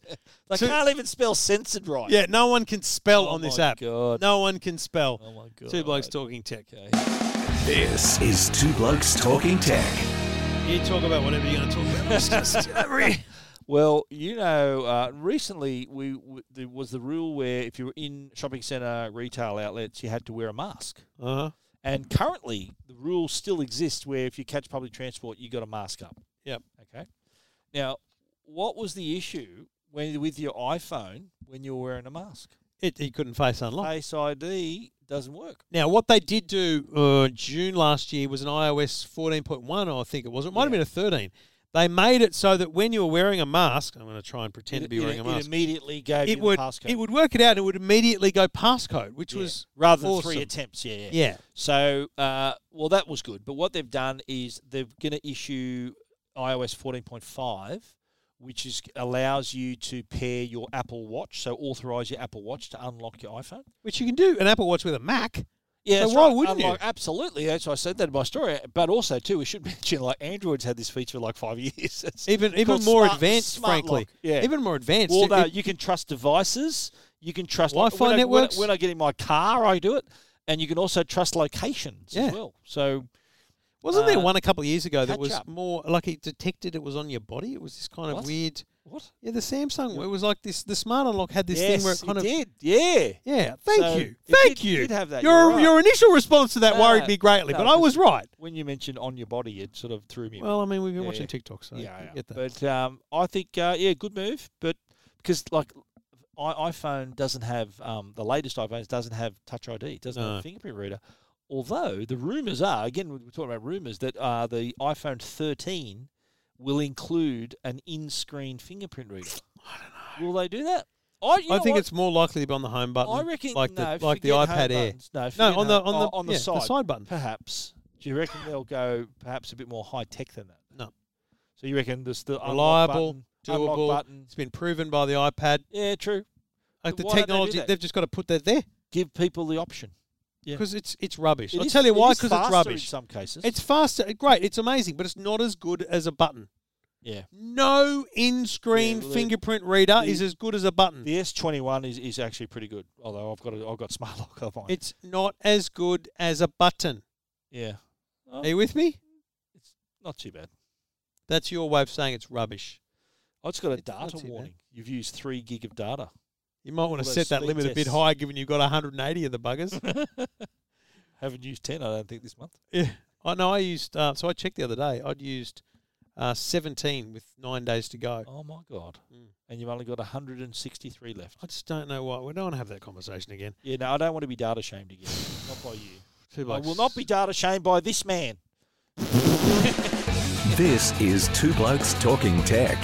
Speaker 2: I
Speaker 1: so-
Speaker 2: can't even spell censored right.
Speaker 1: yeah, no one can spell
Speaker 2: Oh
Speaker 1: on this
Speaker 2: my
Speaker 1: app.
Speaker 2: God.
Speaker 1: No one can spell.
Speaker 2: Oh my god.
Speaker 1: Two blokes talking tech.
Speaker 2: Okay.
Speaker 3: This is Two Blokes Talking Tech.
Speaker 1: You talk about whatever you're going to talk
Speaker 2: [laughs]
Speaker 1: about. It's just-
Speaker 2: Well, you know, uh, recently we w- there was the rule where if you were in shopping centre retail outlets, you had to wear a mask.
Speaker 1: uh-huh.
Speaker 2: And currently, the rule still exists where if you catch public transport, you got to mask up.
Speaker 1: Yep.
Speaker 2: Okay. Now, what was the issue when with your iPhone when you were wearing a mask?
Speaker 1: It, he couldn't face unlock.
Speaker 2: Face ID doesn't work.
Speaker 1: Now, what they did do uh, June last year was an iOS 14.1, I think it was. It might have
Speaker 2: Yeah.
Speaker 1: been a 13. They made it so that when you were wearing a mask, I'm going to try and pretend to
Speaker 2: It-
Speaker 1: be
Speaker 2: it-
Speaker 1: wearing a
Speaker 2: It
Speaker 1: mask.
Speaker 2: immediately gave
Speaker 1: It,
Speaker 2: you the
Speaker 1: would
Speaker 2: passcode.
Speaker 1: it would work it out. and It would immediately go passcode, which
Speaker 2: Yeah.
Speaker 1: was
Speaker 2: rather than
Speaker 1: awesome.
Speaker 2: three attempts. Yeah. Yeah.
Speaker 1: Yeah,
Speaker 2: So, uh, well, that was good. But what they've done is they're going to issue iOS 14.5, which is allows you to pair your Apple Watch, so authorize your Apple Watch to unlock your iPhone.
Speaker 1: which you can do an Apple Watch with a Mac.
Speaker 2: Yeah,
Speaker 1: So
Speaker 2: that's
Speaker 1: why
Speaker 2: right.
Speaker 1: wouldn't you?
Speaker 2: Absolutely. That's why I said that in my story. But also, too, we should [laughs] mention like Android's had this feature for like five years. [laughs] It's
Speaker 1: Even even
Speaker 2: called
Speaker 1: more
Speaker 2: smart-
Speaker 1: advanced,
Speaker 2: smart
Speaker 1: frankly.
Speaker 2: lock. Yeah.
Speaker 1: Even more advanced. It-
Speaker 2: Although
Speaker 1: it-
Speaker 2: you can trust devices, you can trust
Speaker 1: Wi-Fi
Speaker 2: when I- when I-
Speaker 1: networks.
Speaker 2: when I get in my car, I do it, and you can also trust locations
Speaker 1: Yeah.
Speaker 2: as well. So
Speaker 1: wasn't there
Speaker 2: uh,
Speaker 1: one a couple of years ago that
Speaker 2: catch
Speaker 1: was
Speaker 2: up.
Speaker 1: more like it detected it was on your body? It was this kind of
Speaker 2: What?
Speaker 1: weird.
Speaker 2: what?
Speaker 1: Yeah, the Samsung. It was like this. The smart unlock had this thing where it
Speaker 2: Yes,
Speaker 1: kind of.
Speaker 2: did. Yeah.
Speaker 1: Yeah, thank
Speaker 2: So
Speaker 1: you,
Speaker 2: it
Speaker 1: thank
Speaker 2: did-
Speaker 1: you.
Speaker 2: did have that,
Speaker 1: Your
Speaker 2: you're right.
Speaker 1: your initial response to that
Speaker 2: No,
Speaker 1: worried
Speaker 2: no,
Speaker 1: me greatly,
Speaker 2: no,
Speaker 1: but I was right.
Speaker 2: When you mentioned on your body, it sort of threw me. a bit.
Speaker 1: Well, I mean, we've been
Speaker 2: Yeah,
Speaker 1: watching
Speaker 2: yeah.
Speaker 1: TikTok, so
Speaker 2: yeah,
Speaker 1: you
Speaker 2: yeah.
Speaker 1: get that.
Speaker 2: but um, I think uh, yeah, good move. But because like I- iPhone doesn't have um, the latest iPhones doesn't have Touch ID, it doesn't have
Speaker 1: No.
Speaker 2: a fingerprint reader. Although the rumors are again, we're talking about rumors that uh, the iPhone 13 will include an in-screen fingerprint reader. I don't know. Will they do that? I, you
Speaker 1: I
Speaker 2: know
Speaker 1: think
Speaker 2: what?
Speaker 1: it's more likely to be on the home button.
Speaker 2: I reckon
Speaker 1: like the
Speaker 2: no,
Speaker 1: like the
Speaker 2: forget home
Speaker 1: iPad Air.
Speaker 2: buttons. No,
Speaker 1: No,
Speaker 2: forget
Speaker 1: on the
Speaker 2: home-
Speaker 1: on the,
Speaker 2: oh, on the
Speaker 1: yeah,
Speaker 2: side,
Speaker 1: the side button.
Speaker 2: perhaps. Do you reckon they'll go perhaps a bit more high tech than that?
Speaker 1: No.
Speaker 2: So you reckon this the unlock
Speaker 1: Reliable,
Speaker 2: button, unlock
Speaker 1: Doable.
Speaker 2: button?
Speaker 1: It's been proven by the iPad.
Speaker 2: Yeah, true.
Speaker 1: Like
Speaker 2: But
Speaker 1: the
Speaker 2: why don't they do
Speaker 1: technology,
Speaker 2: that?
Speaker 1: they've just got to put that there
Speaker 2: Give people the option. Yeah.
Speaker 1: because it's it's rubbish.
Speaker 2: It
Speaker 1: I'll
Speaker 2: is-
Speaker 1: tell you
Speaker 2: it
Speaker 1: why,
Speaker 2: is
Speaker 1: because it's
Speaker 2: faster In
Speaker 1: rubbish.
Speaker 2: some cases,
Speaker 1: It's faster, great, it's amazing, but it's not as good as a button.
Speaker 2: yeah.
Speaker 1: No in-screen
Speaker 2: Yeah, well, the-
Speaker 1: fingerprint reader
Speaker 2: the-
Speaker 1: is as good as a button.
Speaker 2: The S twenty one is is actually pretty good. [laughs] Although I've got a, I've got smart lock on mine.
Speaker 1: It's not as good as a button.
Speaker 2: yeah. Oh,
Speaker 1: Are you with me?
Speaker 2: not too bad.
Speaker 1: That's your way of saying it's rubbish.
Speaker 2: I just got a
Speaker 1: It's not
Speaker 2: data
Speaker 1: too bad.
Speaker 2: warning. You've used three gig of data.
Speaker 1: You might want to
Speaker 2: All those
Speaker 1: set that
Speaker 2: speed
Speaker 1: limit a bit
Speaker 2: tests.
Speaker 1: higher, given you've got 180 of the
Speaker 2: [laughs]
Speaker 1: buggers.
Speaker 2: Haven't used ten, I don't think, this month.
Speaker 1: yeah. I know. I used. Uh, so I checked the other day. I'd used uh, 17 with nine days to go.
Speaker 2: Oh my god!
Speaker 1: Mm.
Speaker 2: And you've only got hundred and sixty-three left.
Speaker 1: I just don't know why. We don't want to have that conversation again.
Speaker 2: Yeah, no, I don't want to be data shamed again. [laughs] not by you.
Speaker 1: Two
Speaker 2: I
Speaker 1: blokes.
Speaker 2: will not be data shamed by this man.
Speaker 3: This is Two Blokes Talking Tech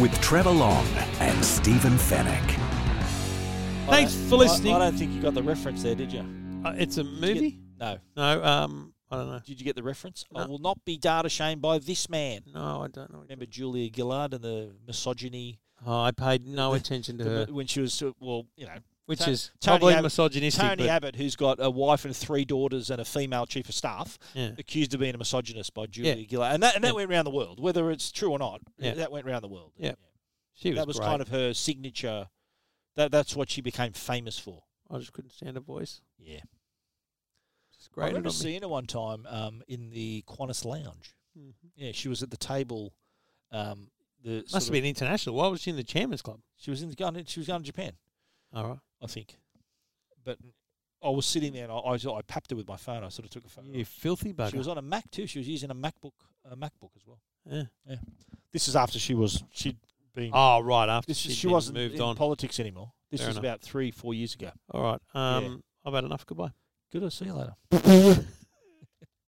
Speaker 3: with Trevor Long and Stephen Fennec.
Speaker 2: I
Speaker 1: Thanks
Speaker 2: don't-
Speaker 1: for
Speaker 2: I-
Speaker 1: listening.
Speaker 2: I, don't think you got the reference there, did you?
Speaker 1: Uh, it's a
Speaker 2: Did you
Speaker 1: movie.
Speaker 2: Mm. get- no.
Speaker 1: No. Um. I don't know.
Speaker 2: Did you get the reference? I
Speaker 1: No.
Speaker 2: will not be data shamed by this man.
Speaker 1: No, I don't know. what-
Speaker 2: Remember Julia Gillard and the misogyny
Speaker 1: Oh, I paid no attention to
Speaker 2: the-
Speaker 1: her,
Speaker 2: when she was uh, well, you know,
Speaker 1: which
Speaker 2: Ta-
Speaker 1: is
Speaker 2: Tony
Speaker 1: probably
Speaker 2: Ab-
Speaker 1: misogynistic.
Speaker 2: Tony
Speaker 1: but-
Speaker 2: Abbott, who's got a wife and three daughters and a female chief of staff,
Speaker 1: yeah.
Speaker 2: accused of being a misogynist by Julia
Speaker 1: Yeah.
Speaker 2: Gillard, and that and that
Speaker 1: Yeah.
Speaker 2: went around the world, whether it's true or not.
Speaker 1: Yeah.
Speaker 2: That went around the world.
Speaker 1: Yeah. She was,
Speaker 2: that was
Speaker 1: great.
Speaker 2: kind of her signature. That that's what she became famous for.
Speaker 1: I just couldn't stand her voice.
Speaker 2: Yeah,
Speaker 1: It's
Speaker 2: I
Speaker 1: great.
Speaker 2: remember seeing her one time um, in the Qantas lounge.
Speaker 1: Hmm.
Speaker 2: Yeah, she was at the table. Um, the sort
Speaker 1: Must
Speaker 2: of-
Speaker 1: have been international. Why was she in the Chairman's Club?
Speaker 2: She was in the gun. She was going to Japan.
Speaker 1: All right.
Speaker 2: I think. But I was sitting there and I, I, was- I papped her with my phone. I sort of took a photo.
Speaker 1: You filthy bugger.
Speaker 2: she was on a Mac too. She was using a MacBook, a MacBook as well.
Speaker 1: yeah.
Speaker 2: This is after she was she'd been.
Speaker 1: Oh, right. After
Speaker 2: this
Speaker 1: she
Speaker 2: is, she wasn't
Speaker 1: moved
Speaker 2: in
Speaker 1: on.
Speaker 2: politics anymore. This
Speaker 1: Fair
Speaker 2: was
Speaker 1: enough.
Speaker 2: about three, four years ago.
Speaker 1: All right. Um, I've had enough. Goodbye.
Speaker 2: [laughs] Good. I'll see you later.